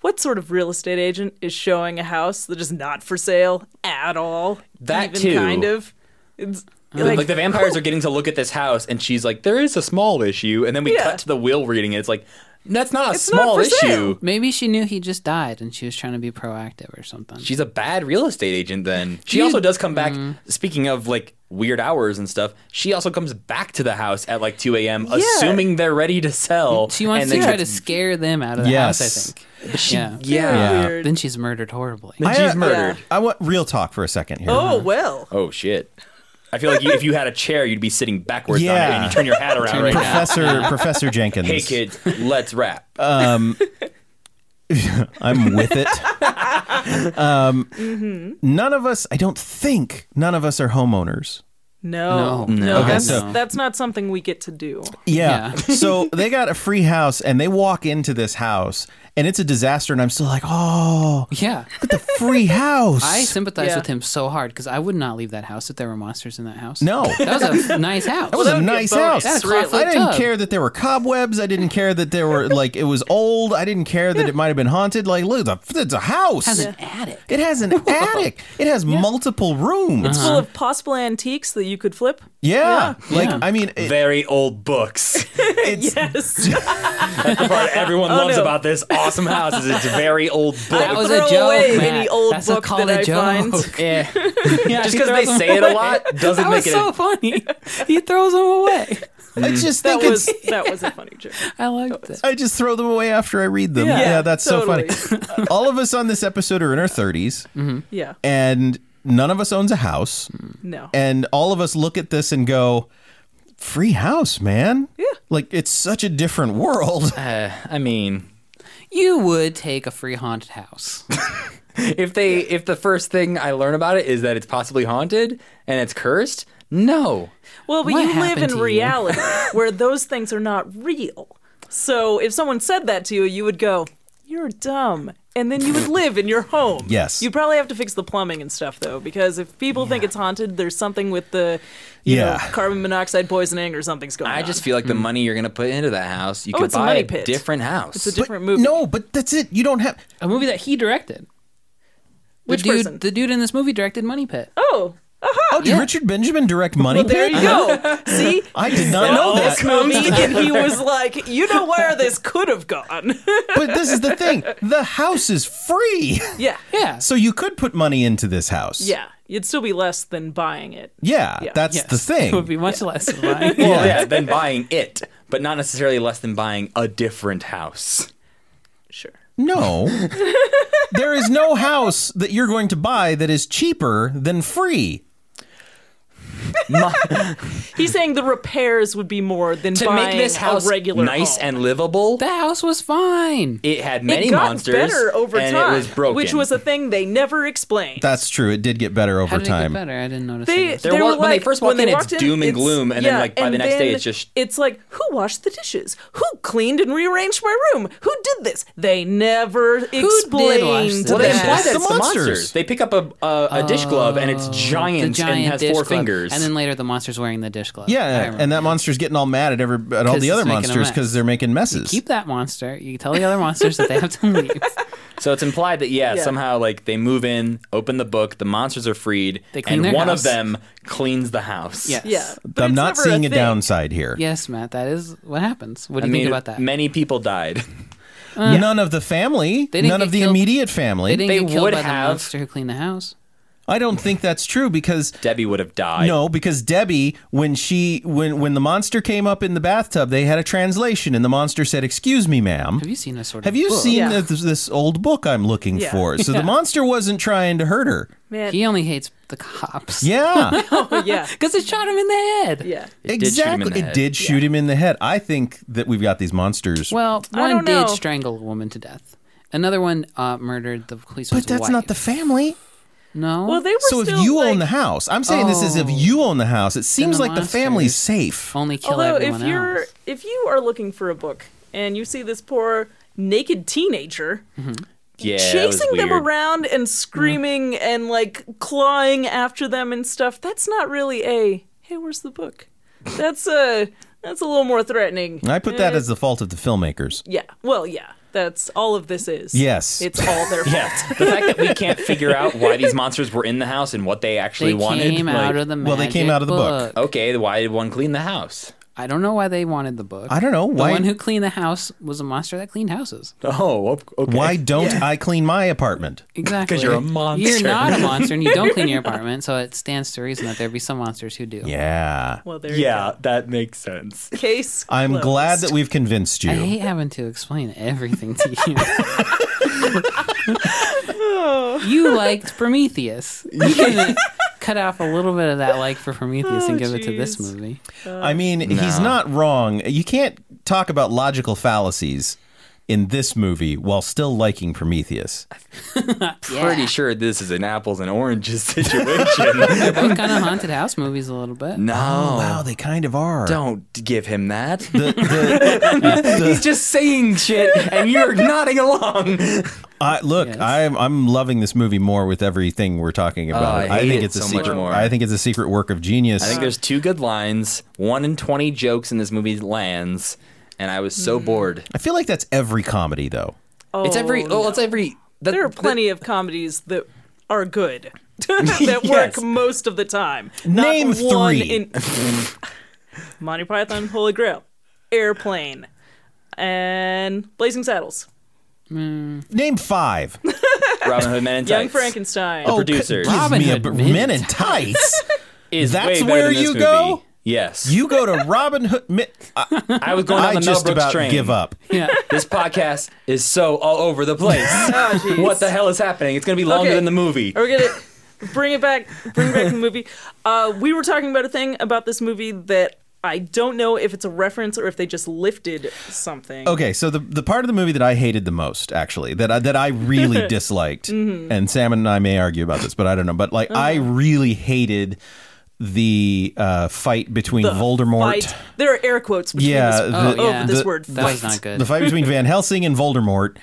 what sort of real estate agent is showing a house that is not for sale at all?
That
even
too.
kind of. It's
Like,
like,
the vampires are getting to look at this house, and she's like, "There is a small issue," and then we
Yeah.
cut to the will reading, and it's like, "That's not a
not
small
for
issue."
sale.
Maybe she knew he just died and she was trying to be proactive or something.
She's a bad real estate agent. Then she
Dude.
also does come back.
Mm.
Speaking of like weird hours and stuff, she also comes back to the house at like two a.m., assuming they're ready to sell.
she wants
and
to
then
try to
gets-
scare them out of the
Yes.
house, I think. yeah.
Yeah.
Yeah.
weird.
Then she's murdered horribly.
Then she's murdered.
I want real talk for a second here.
oh well.
Oh shit! I feel like you, if you had a chair, you'd be sitting backwards on it,
Yeah.
and you turn your hat around right now.
Professor Professor Jenkins.
Hey kids, let's
[LAUGHS]
rap.
Uh,
I'm with it. um, None of us, I don't think, none of us are homeowners.
No,
No. No.
Okay,
that's,
so-
that's not something we get to do.
Uh-huh.
Yeah. [LAUGHS]
Yeah.
so they got a free house and they walk into this house and it's a disaster. And I'm still like, oh,
Yeah.
look at the free house.
I sympathize
Yeah.
with him so hard because I would not leave that house if there were monsters in that house.
no. [LAUGHS] That
That was
[LAUGHS]
a nice house.
was a nice house.
bonus,
That's really.
I didn't
Tub.
care that there were cobwebs. I didn't care that there were like it was old. I didn't care that it might have been haunted. Like, look, it's a, it's a house.
has an attic.
it has an attic. It has multiple rooms.
It's full of possible antiques that you could flip.
Yeah. Like, I mean, it-
Very old
[LAUGHS]
books.
it's
[LAUGHS]
Yes,
That's the part everyone loves
no.
about this awesome house is it's very
[LAUGHS]
old books.
That Oh, was a
throw
joke,
away
Matt.
any old
That's a
book
call
that
a
I
joke. [LAUGHS]
find. [LAUGHS]
Yeah. Just
he
because they
throws
say it a
[LAUGHS]
lot doesn't
That
make
was
it.
so
[LAUGHS]
funny. he throws them away.
I just
That
think
was
it's.
that was a funny joke.
I liked it.
I just throw them away after I read them. Yeah,
Yeah,
that's so
[LAUGHS]
funny. All of us on this episode are in our 30s,
Yeah,
and none of us owns a house.
no.
And all of us look at this and go, free house, man. Yeah. Like, it's such a different world.
[LAUGHS]
Uh, I mean,
You would take a free haunted house.
if they if the first thing I learn about it is that it's possibly haunted and it's cursed, no.
Well, but
What
you live
happened
in
to you?
[LAUGHS]
reality where those things are not real. So if someone said that to you, you would go, "You you're dumb. And then you
[LAUGHS]
would live in your home.
Yes.
You'd probably have to fix the plumbing and stuff, though, because if people think it's haunted, there's something with the you know,
Yeah.
carbon monoxide poisoning or something's going on.
I just feel like the money you're going to put into that house, you
Hmm. Oh,
could
it's a
buy
money
a,
pit.
different house.
It's a
But
different movie.
No, but that's it. You don't have.
A movie that he directed.
Which
the dude,
person?
The dude in this movie directed Money Pit.
Oh,
Oh, did Richard Benjamin direct Money
well, there
Pit?
[LAUGHS]
you go. See?
I did not know
Know
that.
this
[LAUGHS]
movie, and he was like, "You know where this could have gone." [LAUGHS]
But this is the thing: the house is free,
yeah,
[LAUGHS]
Yeah.
so you could put money into this house.
yeah, it'd still be less than buying it.
yeah,
Yeah.
that's
Yes.
the thing.
[LAUGHS]
It would be much less than mine.
well, yeah, than buying it, but not necessarily less than buying a different
[LAUGHS]
house.
Sure.
No. there is no house that you're going to buy that is cheaper than free.
He's saying the repairs would be more than
to
buying
make this house
a regular
nice
home.
and livable,
[LAUGHS] the house was fine.
it had
It
many
got
monsters
better over
and
time,
it was broken.
which was a thing they never explained.
That's true. It did get better over
How did it
time.
get better? I didn't notice.
they,
it.
There
they
was-
were
when they
like,
first walk in, it's doom and gloom, and then, like, by the next day, it's just-
it's like who washed the dishes, who cleaned and rearranged my room, who did this? They never
wash
explained
the
well, they
dishes?
imply
that.
that
That's
it's
the
the monsters.
monsters.
They pick up a a, a
Oh.
dish glove and it's
the
giant,
giant
and has
dish
four
glove.
fingers.
and then later the monster's wearing the dish glove. I
yeah,
remember.
and that monster's getting all mad at every at all
'Cause
the other
it's making a
monsters
mess.
because they're making messes.
keep that monster. You tell the other monsters that they have to leave.
so it's implied that yeah,
Yeah.
somehow like they move in, open the book, the monsters are freed,
They clean
and
their
one
house.
of them cleans the house.
Yes.
Yeah, but
I'm
it's
not
never
seeing a,
thing.
downside here.
Yes, Matt. That is what happens. What do
I
you
mean,
think about that?
many people died. [LAUGHS]
None of the family,
Uh-huh. didn't
none
get
of the
killed.
immediate family.
they didn't
they
get killed
would
by
have-
the monster who cleaned the house.
I don't think that's true because
Debbie would have died.
no, because Debbie, when she when when the monster came up in the bathtub, they had a translation, and the monster said, "Excuse me, ma'am."
Have you seen this sort of?
Have you
book?
seen
Yeah.
this, this old book I'm looking
Yeah.
for? So the monster wasn't trying to hurt her.
Man, oh,
He only hates the cops. [LAUGHS]
Yeah,
yeah,
Because it shot him in the head.
[LAUGHS]
yeah.
It did shoot him in
exactly.
the
It
head.
did shoot him in the head. I think that we've got these monsters.
Well,
I
one
don't
did
know.
strangle a woman to death. Another one uh, murdered the policeman's
but that's
wife.
not the family.
no.
Well, they were
So if
still,
you
like,
own the house, I'm saying this is if
Oh.
you own the house. It seems
the
like the family's
monsters.
safe.
only kill
Although
everyone
if you're
else.
if you are looking for a book and you see this poor naked teenager
yeah, that was
chasing them
weird.
around and screaming and like clawing after them and stuff, that's not really a hey, where's the book? That's a that's a little more threatening. Eh,
I put that as the fault of the filmmakers.
Yeah. Well, yeah. That's all of this is.
Yes.
It's all their
[LAUGHS]
fault.
Yeah, the fact that we can't figure out why these monsters were in the house and what they actually
They
wanted.
came out
like,
of the
Well, they came
magic
out of the book.
okay, why did one clean the house?
I don't know why they wanted the book.
I don't know
The
why.
one who cleaned the house was a monster that cleaned houses.
Oh, okay. [LAUGHS]
why don't I clean my apartment?
Exactly.
'Cause you're a monster.
You're not a monster, and you don't
[LAUGHS]
clean your apartment, so it stands to reason that there'd be some monsters who do.
Yeah.
Well, there
Yeah,
you
that makes sense.
go. Case.
I'm
closed.
glad that we've convinced you.
I hate having to explain everything to you.
[LAUGHS]
you liked Prometheus. You can cut off a little bit of that like for Prometheus and
Oh,
give it to this
jeez.
movie.
I mean, he's not wrong. You can't talk about logical fallacies in this movie while still liking Prometheus.
Pretty sure this is an apples and oranges [LAUGHS] situation.
They're [LAUGHS] both kind of haunted house movies a little bit.
no,
Wow, they kind of are.
Oh. don't give him that.
The,
[LAUGHS]
the,
He's just saying shit, and you're [LAUGHS] nodding along.
I, look,
Yes.
I'm I'm loving this movie more with everything we're talking about.
Oh, I hate
think
it
it's a
so much
secret.
more.
I think it's a secret work of genius.
I think there's two good lines, one in 20 jokes in this movie lands, and I was so bored.
I feel like that's every comedy though.
Oh,
it's every, oh,
no.
it's every. that-
There are
that-
plenty of comedies that are good. [LAUGHS]
[LAUGHS]
that work
Yes.
most of the time. Not
Name
one
three.
in [LAUGHS] Monty Python, Holy Grail, Airplane, and Blazing Saddles,
Name
[LAUGHS]
five.
Robin Hood Men in
[LAUGHS] Young
Tights
Frankenstein.
Oh,
producer.
c- give
Robin
me a
Hood
b-
Men
men
in
in tights.
is
That's
way better
where
than this
you
movie.
go?
Yes,
you go to Robin Hood.
[LAUGHS]
Men, I,
I was going on
I
the
just
Mel Brooks
about
train.
give up.
Yeah.
This podcast is so all over the place.
jeez.
what the hell is happening? It's gonna be longer
Okay.
than the movie.
[LAUGHS] Are we gonna bring it back? Bring back the movie. Uh, we were talking about a thing about this movie that I don't know if it's a reference or if they just lifted something.
Okay, so the the part of the movie that I hated the most, actually, that I, that I
[LAUGHS]
really disliked,
Mm-hmm.
and Sam and I may argue about this, but I don't know. But like, I
Uh-huh.
really hated the uh, fight between Voldemort.
Fight. There are air quotes between
Yeah,
this,
the-
over
yeah.
this
the-
word.
That was
fight.
not good.
[LAUGHS]
The fight between Van Helsing and Voldemort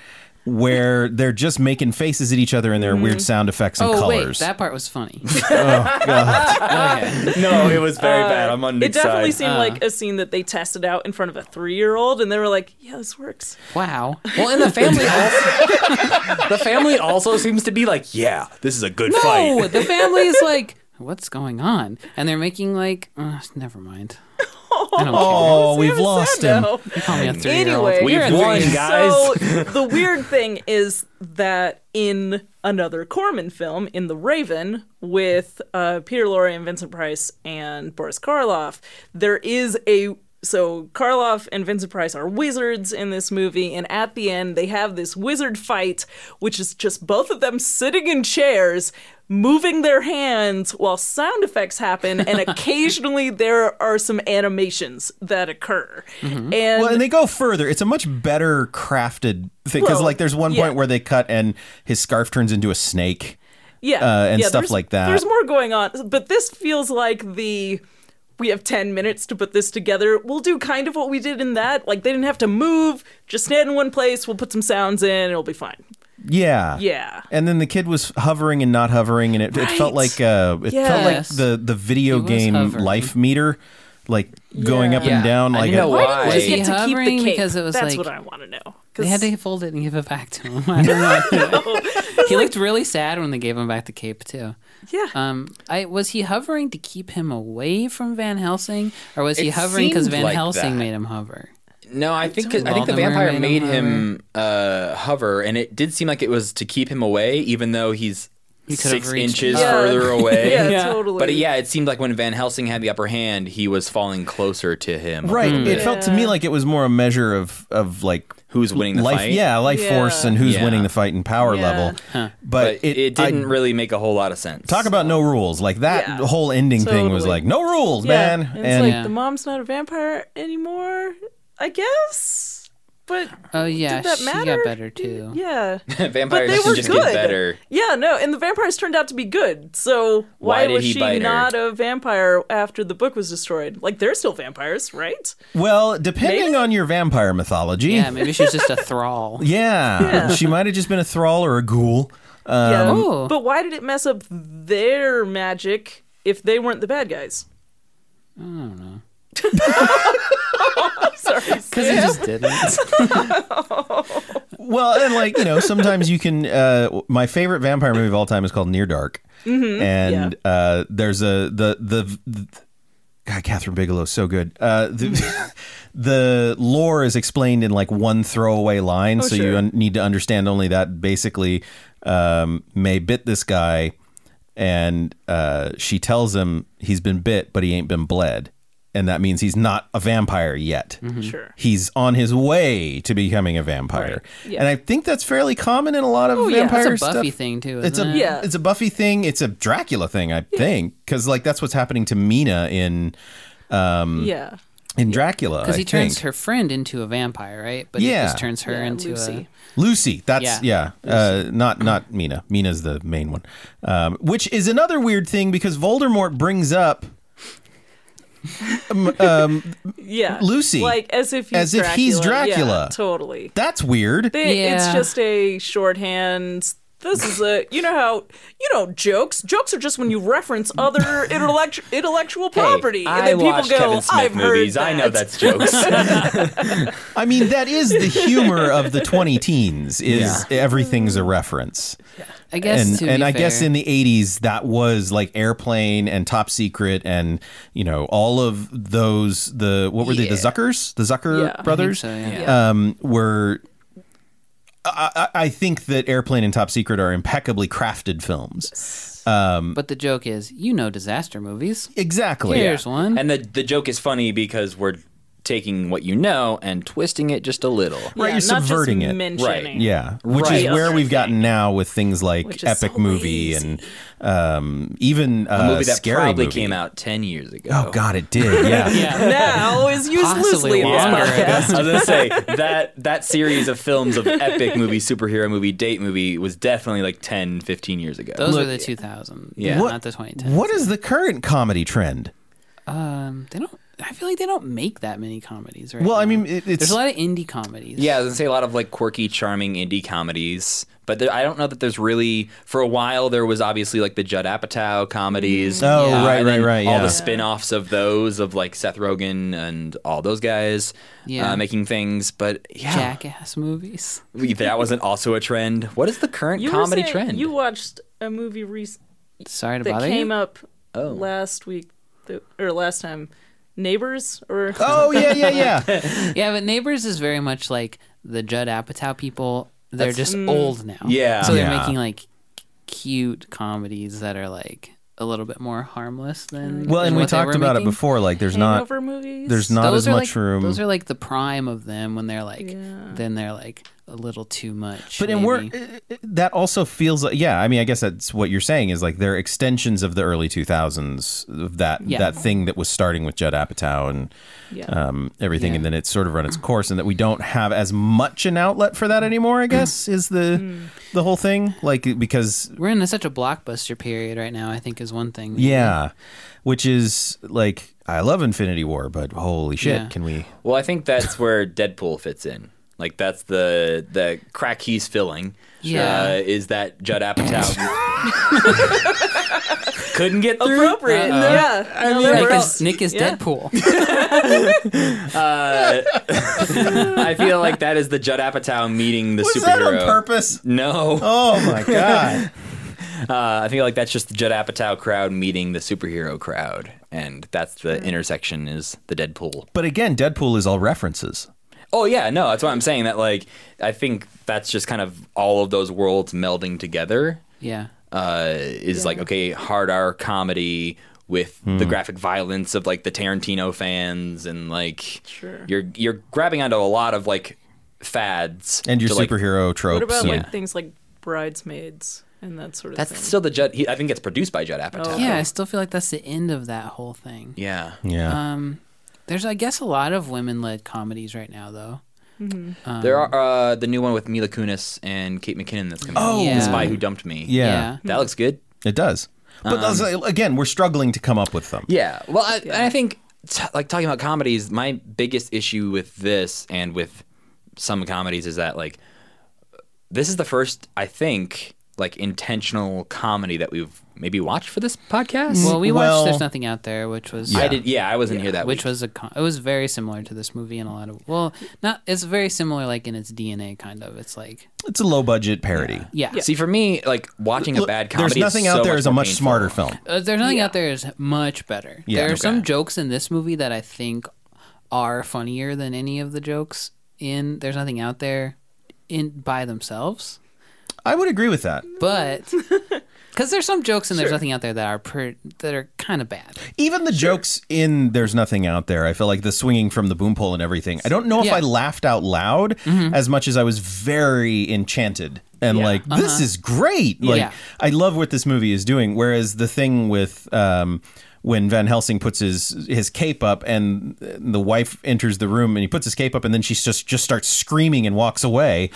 where they're just making faces at each other and there are
Mm-hmm.
weird sound effects and
oh wait,
colors.
that part
[LAUGHS]
was funny.
Oh,
okay.
No, it was very bad. I'm on
It
Nick's
definitely
side.
seemed like a scene that they tested out in front of a three-year-old, and they were like, "Yeah, this works."
Wow.
Well, [LAUGHS] and the family also the family also seems to be like, yeah, this is a good
No,
fight.
the family is like, what's going on? And they're making like, uh, never mind. I don't care.
[LAUGHS]
oh, we've
It was
lost
sad,
him.
though.
You call me a three year old.
Anyway,
We've won, guys.
So the weird thing is that in another Corman film, in The Raven, with uh, Peter Lorre and Vincent Price and Boris Karloff, there is a so Karloff and Vincent Price are wizards in this movie, and at the end they have this wizard fight, which is just both of them sitting in chairs. Moving their hands while sound effects happen, and occasionally there are some animations that occur. And,
Well, and they go further. It's a much better crafted thing because,
Well,
like, there's one
yeah.
point where they cut and his scarf turns into a snake.
yeah,
uh, and
yeah,
stuff
there's-
like that.
There's more going on, but this feels like the we have 10 minutes to put this together. We'll do kind of what we did in that. Like they didn't have to move, just stand in one place, we'll put some sounds in, it'll be fine.
Yeah.
Yeah.
And then the kid was hovering and not hovering, and it, it felt
Right.
like uh, it felt like
Yes.
the the video
was
game
hovering.
life meter, like going up
Yeah.
and down.
I
Like
didn't know
a-
why.
Why
Was
did we
he
get to keep the
hovering?
cape?
Because it was
That's
like-
what I want to know.
They had to fold it and give it back to him. [LAUGHS] I don't know. he looked really sad when they gave him back the cape too.
yeah.
Uh,
Um, I was he hovering to keep him away from Van Helsing, or was he
It
hovering because
seemed
Van
like
Helsing
that.
made him hover?
No, I think I think the
Voldemort
vampire made
made him
him uh, hover, and it did seem like it was to keep him away, even though he's
He could've
six
reached
inches
up.
further away.
[LAUGHS] yeah,
Yeah.
totally.
But yeah, it seemed like when Van Helsing had the upper hand, he was falling closer to him. Hmm.
right. It felt to me like it was more a measure of of like
Who's winning the
life,
fight?
yeah, life
Yeah.
force and who's
Yeah.
winning the fight and power
Yeah.
level. But,
But it, it
I-
didn't really make a whole lot of sense.
talk
[LAUGHS]
about no rules. Like that
Yeah.
whole ending thing was
Totally.
like no rules,
Yeah.
man.
And it's
And
like
Yeah.
the mom's not a vampire anymore, I guess. But
Oh yeah,
did that
she
matter?
got better too.
yeah.
vampires
they
should
were
just
good.
get better.
Yeah, no, and the vampires turned out to be good. So
Why
why,
did
was
he
she
bite her?
not a vampire after the book was destroyed? Like they're still vampires, right?
well, depending
Maybe?
on your vampire mythology,
Yeah, maybe she's just
[LAUGHS]
a thrall.
Yeah. She might have just been a thrall or a ghoul. Um,
yeah.
Oh.
But why did it mess up their magic if they weren't the bad guys?
I don't know.
Sorry.
Because he just [LAUGHS] didn't.
Well, and like, you know, sometimes you can uh my favorite vampire movie of all time is called Near Dark. and uh there's a the the, the God, Catherine Bigelow's so good. Uh, the [LAUGHS] the lore is explained in like one throwaway line,
Oh,
so you
sure.
un- need to understand only that. Basically, um, May bit this guy, and uh, she tells him he's been bit, but he ain't been bled, and that means he's not a vampire yet.
Mm-hmm.
Sure.
He's on his way to becoming a vampire,
Yeah.
and I think that's fairly common in a lot of
yeah. That's
vampire
a
Oh, It's a Buffy
stuff
thing too. Isn't
it's a
it?
Yeah.
it's a Buffy thing. It's a Dracula thing, I think, because like that's what's happening to Mina in Hmm.
yeah.
in Dracula.
Because
I
he turns
think.
her friend into a vampire, right? But he
Yeah.
just turns her
Yeah,
into
Lucy.
Lucy. That's yeah,
Yeah.
Uh, not not Mina. Mina's the main one, um, which is another weird thing because Voldemort brings up
Yeah.
Lucy.
Like as if he's
As if
Dracula.
he's
Yeah,
Dracula.
totally.
that's weird.
They, It's
Yeah.
just a shorthand. This is a you know how you know jokes. Jokes are just when you reference other intellectu- intellectual property,
Hey,
and
I
then people
watch
go,
Kevin Smith
"I've
movies.
heard
I know that's jokes.
I mean, that is
[LAUGHS]
the humor of the twenty teens. Is everything's a reference?
a. I guess.
and
to
and
be
I guess
fair.
in the '80s that was like Airplane and Top Secret and you know all of those the what were they the Zuckers the Zucker
Yeah, I think
brothers
so, yeah.
um, were. I, I I think that Airplane and Top Secret are impeccably crafted films.
But the joke is, you know, disaster movies.
Exactly.
Here's one.
and the the joke is funny because we're taking what you know and twisting it just a little.
Right,
yeah,
you're subverting
not
it.
just mentioning.
Yeah, which
Right.
is where
Okay.
we've gotten now with things like
Which is
Epic
so
Movie
lazy.
and um, even uh,
A movie that
Scary
probably
Movie.
came out ten years ago.
Oh God, it
[LAUGHS]
did. yeah.
yeah.
[LAUGHS] Now is used
Possibly
loosely in this
longer
podcast.
I was gonna say that that series of films of epic movie, superhero movie, date movie was definitely like 10, 15 years ago.
Those were the 2000. Yeah.
Yeah.
Not the 2010.
What is the current comedy trend?
Um, they don't. I feel like they don't make that many comedies, right?
Well, I
now.
mean, it- it's-
there's a lot of indie comedies.
Yeah, I was gonna say a lot of like quirky, charming indie comedies, but there, I don't know that there's really. For a while, there was obviously like the Judd Apatow comedies.
Oh, right,
and
right,
then
right,
All
yeah.
the spin-offs of those of like Seth Rogen and all those guys,
Yeah.
uh, making things. But yeah,
Jackass movies.
we- that wasn't also a trend. What is the current
You were
comedy
saying-
trend?
You watched a movie rec-
Sorry to
that
bother
came
you.
up
Oh.
last week that, or last time. Neighbors or
Oh yeah, yeah,
[LAUGHS]
yeah.
Yeah, but Neighbors is very much like the Judd Apatow people. They're just
Mm.
old now.
Yeah.
So they're
Yeah.
making like cute comedies that are like a little bit more harmless
Mm.
than.
Well, and
than
we
what they
talked
were
about it
making.
before. Like, there's not
hangover movies.
there's not
Those
as
are
much
like-
room.
Those are like the prime of them when they're like.
Yeah.
Then they're like a little too much.
but in work,
maybe.
that also feels like yeah. I mean, I guess that's what you're saying is like they're extensions of the early 2000s of that
Yeah.
that thing that was starting with Judd Apatow and
Yeah.
um, everything,
Yeah.
and then it's sort of run its course, and that we don't have as much an outlet for that anymore. I guess is the the whole thing like because
we're in such a blockbuster period right now. I think is one thing.
yeah, which is like I love Infinity War, but holy shit,
Yeah.
can we?
Well, I think
[LAUGHS]
that's where Deadpool fits in. Like that's the the crack he's filling.
Yeah.
uh, is that
[LAUGHS]
Judd Apatow? Couldn't get through.
appropriate. Yeah, No,
Nick,
that
is,
works.
Nick is
Yeah.
Deadpool.
I feel like that is the Judd Apatow meeting the
Was
superhero.
that on purpose?
No,
Oh [LAUGHS] my god.
uh, I feel like that's just the Judd Apatow crowd meeting the superhero crowd, and that's the
Hmm.
intersection is the Deadpool.
But again, Deadpool is all references.
Oh yeah, no, that's what I'm saying. That like I think that's just kind of all of those worlds melding together.
yeah.
uh, is like okay, hard R comedy with
Hmm.
the graphic violence of like the Tarantino fans and like
Sure.
you're you're grabbing onto a lot of like fads
And your
to, like-
superhero tropes.
What about
and-
like things like bridesmaids and that sort of
that's
thing?
still the Judd. He, I think it's produced by Judd Apatow.
Oh.
Yeah, I still feel like that's the end of that whole thing.
yeah.
yeah.
Um, there's, I guess, a lot of women-led comedies right now, though.
there
Um,
are uh, the new one with Mila Kunis and Kate McKinnon that's coming. out.
Oh.
the
Yeah.
Spy Who Dumped Me.
yeah.
that looks good.
It does. But those, again, we're struggling to come up with them.
Um, Yeah. Well, I, and I think t- like talking about comedies, my biggest issue with this and with some comedies is that like this is the first I think like intentional comedy that we've maybe watched for this podcast.
Well, we
Well-
watched "There's Nothing Out There," which was
I did. Yeah, I wasn't here that
which
week.
was a con- it was very similar to this movie in a lot of well, not it's very similar like in its DNA, kind of. It's like
It's a low budget parody.
yeah.
See, for me, like watching a
Look,
bad
There's
comedy.
nothing
is
out
so
there
much
as a
more
much
painful.
smarter film.
Uh, there's nothing out there is much better.
Yeah,
there are
okay.
some jokes in this movie that I think are funnier than any of the jokes in There's Nothing Out There in by themselves.
I would agree with that.
But cuz there's some jokes in There's Nothing Out There that are per, that are kind of bad.
Even the jokes in There's Nothing Out There, I feel like the swinging from the boom pole and everything. I don't know if
Yeah. Mm-hmm.
I laughed out loud as much as I was very enchanted and like, this is great. Like,
Uh-huh. Yeah.
I love what this movie is doing. Whereas the thing with um, when Van Helsing puts his his cape up and the wife enters the room and he puts his cape up and then she just just starts screaming and walks
[LAUGHS]
away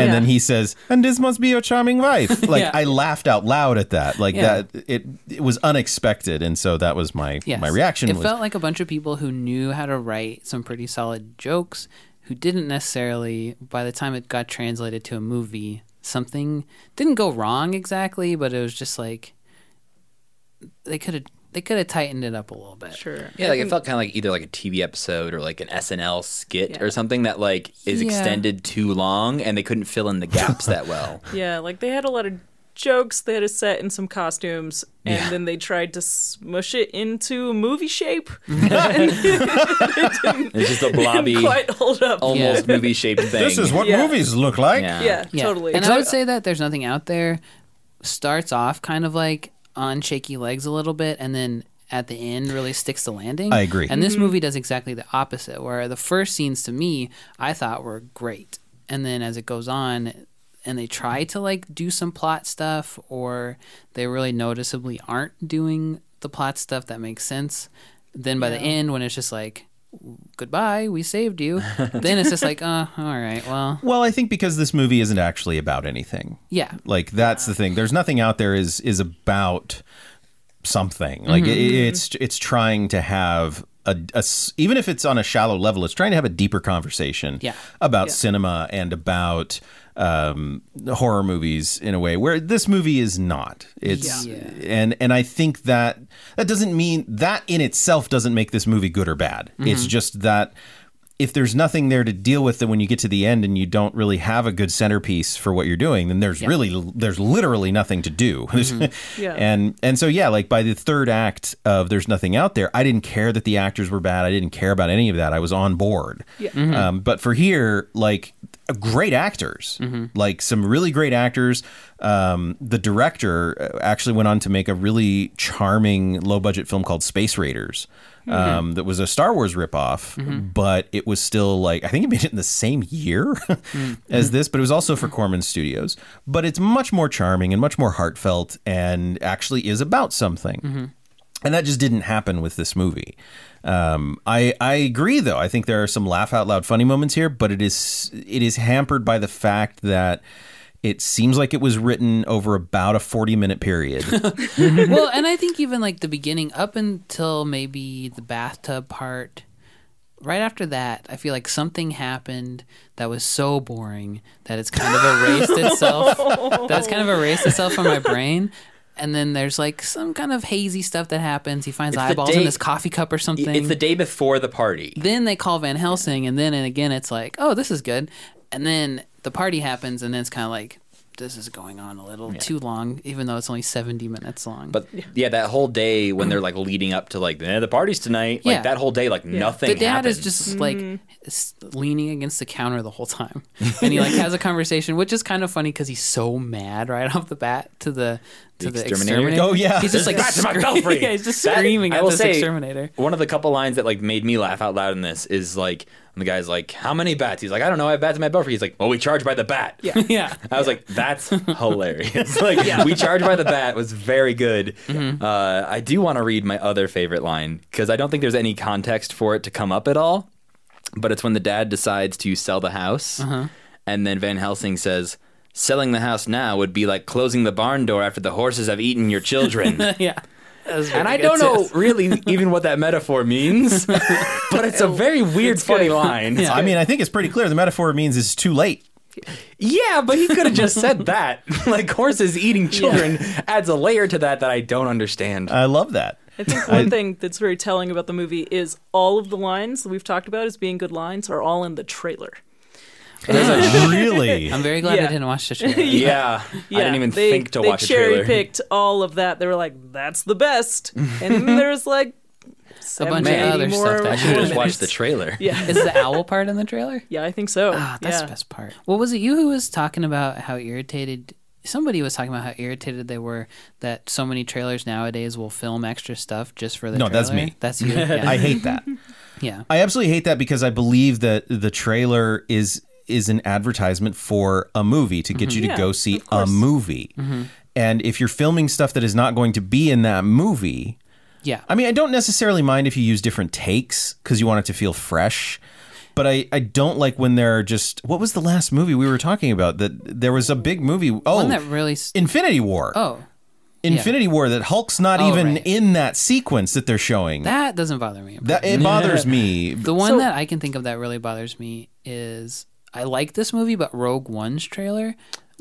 and then he says and this must be your charming wife
[LAUGHS]
like
Yeah.
I laughed out loud at that like
Yeah.
that it it was unexpected and so that was my
Yes.
my reaction
It
was
felt like a bunch of people who knew how to write some pretty solid jokes who didn't necessarily by the time it got translated to a movie something didn't go wrong exactly, but it was just like they could have they could have tightened it up a little bit.
sure.
Yeah, like it felt kind of like either like a TV episode or like an SNL skit or something that like is
Yeah.
extended too long and they couldn't fill in the gaps that
[LAUGHS]
well.
Yeah, like they had a lot of jokes, they had a set and some costumes, and
Yeah.
then they tried to smush it into a movie shape.
It's just a blobby. Oh,
[LAUGHS]
Didn't [LAUGHS] quite hold up.
almost
Yeah.
movie shaped thing.
what
Yeah.
movies look
[LAUGHS]
like
yeah, totally.
And I would say that there's nothing out there starts off kind of like on shaky legs a little bit and then at the end really sticks the landing.
I agree.
And this movie does exactly the opposite where the first scenes to me I thought were great. And then as it goes on and they try to like do some plot stuff or they really noticeably aren't doing the plot stuff that makes sense. Then by the end when it's just like goodbye, we saved you, then it's just like, [LAUGHS] uh, all right, well,
well I think because this movie isn't actually about anything
yeah.
like that's the thing there's nothing out there is is about something. Like
Mm-hmm.
it, it's it's trying to have a, a s- even if it's on a shallow level, it's trying to have a deeper conversation
Yeah.
about cinema and about um, horror movies in a way where this movie is not. It's
Yeah. Yeah.
and and I think that that doesn't mean that in itself doesn't make this movie good or bad. It's just that if there's nothing there to deal with, then when you get to the end and you don't really have a good centerpiece for what you're doing, then there's really there's literally nothing to do. [LAUGHS]
Yeah.
And and so yeah, like by the third act of There's Nothing Out There, I didn't care that the actors were bad. I didn't care about any of that. I was on board.
Yeah.
Um, but for here, like great actors, like some really great actors. Um, the director uh, actually went on to make a really charming low budget film called Space Raiders. Um, that was a Star Wars ripoff, but it was still like I think it made it in the same year [LAUGHS] as this, but it was also for Corman Studios. But it's much more charming and much more heartfelt, and actually is about something and that just didn't happen with this movie. Um, I I agree though. I think there are some laugh out loud funny moments here, but it is it is hampered by the fact that it seems like it was written over about a forty minute period.
well, and I think even like the beginning up until maybe the bathtub part, right after that, I feel like something happened that was so boring that it's kind of erased itself. That's kind of erased itself from my brain. And then there's like some kind of hazy stuff that happens. He finds
It's the
eyeballs
day-
in his coffee cup or something.
It's the day before the party.
then they call Van Helsing, and then and again it's like, oh, this is good. And then the party happens, and then it's kind of like, this is going on a little too long, even though it's only 70 minutes long.
But yeah, that whole day when they're like leading up to like eh, the party's tonight. Like
Yeah.
that whole day, like nothing.
the dad is
happened.
just like s- leaning against the counter the whole time and he like has a conversation which is kind of funny because he's so mad right [LAUGHS] off the bat to the to the,
The
exterminator.
exterminator?
Oh, yeah.
he's just like
Back to my belfry.
[LAUGHS] yeah he's just
That-
screaming
I
at
will
this
say,
exterminator [LAUGHS]
One of the couple lines that like made me laugh out loud in this is like when the guy's like, "How many bats?" He's like, "I don't know. I have bats in my belfry." He's like, "Well, we charge by the bat." [LAUGHS] Yeah.
yeah [LAUGHS]
I was like, [LAUGHS] "That's hilarious!" [LAUGHS] like, we charge by the bat was very good. Uh, I do want to read my other favorite line because I don't think there's any context for it to come up at all. But it's when the dad decides to sell the house, and then Van Helsing says, "Selling the house now would be like closing the barn door after the horses have eaten your children." [LAUGHS]
yeah That was
And
really
I
good,
don't
too.
know really even what that metaphor [LAUGHS] means, but it's a very weird, funny line.
I mean, I think it's pretty clear. The metaphor means it's too late.
Yeah, but he could have just
[LAUGHS]
said that. [LAUGHS] like horses eating children adds a layer to that that I don't
Uh,
understand.
I love that.
I think one thing that's very telling about the movie is all of the lines that we've talked about as being good lines are all in the trailer.
[LAUGHS]
really,
i'm very glad i
Yeah.
didn't watch the
[LAUGHS]
show yeah.
yeah. I didn't even
they,
think to
they
watch a
cherry
trailer.
picked all of that. They were like, "That's the best," and then there's like
a bunch
70
of other
more
stuff
[LAUGHS]
that
I should have just
happened.
watched the trailer.
Yeah,
is the owl part in the trailer
yeah, I think so.
Ah, that's
yeah.
the best part. What was it you who was talking about how irritated somebody was talking about how irritated they were that so many trailers nowadays will film extra stuff just for the
No,
trailer?
that's me.
That's you. Yeah.
I hate that.
yeah.
I absolutely hate that because I believe that the trailer is is an advertisement for a movie to
Mm-hmm.
get you to
Yeah,
go see
of
a
course.
movie. And if you're filming stuff that is not going to be in that movie,
Yeah.
I mean, I don't necessarily mind if you use different takes because you want it to feel fresh. But I, I don't like when there are just what was the last movie we were talking about that there was a big movie oh
One that really s-
Infinity War
Oh,
Infinity War that Hulk's not
Oh,
even
right.
in that sequence that they're showing that,
that doesn't bother me.
it bothers me
The one
So-
that I can think of that really bothers me is I like this movie, but Rogue One's trailer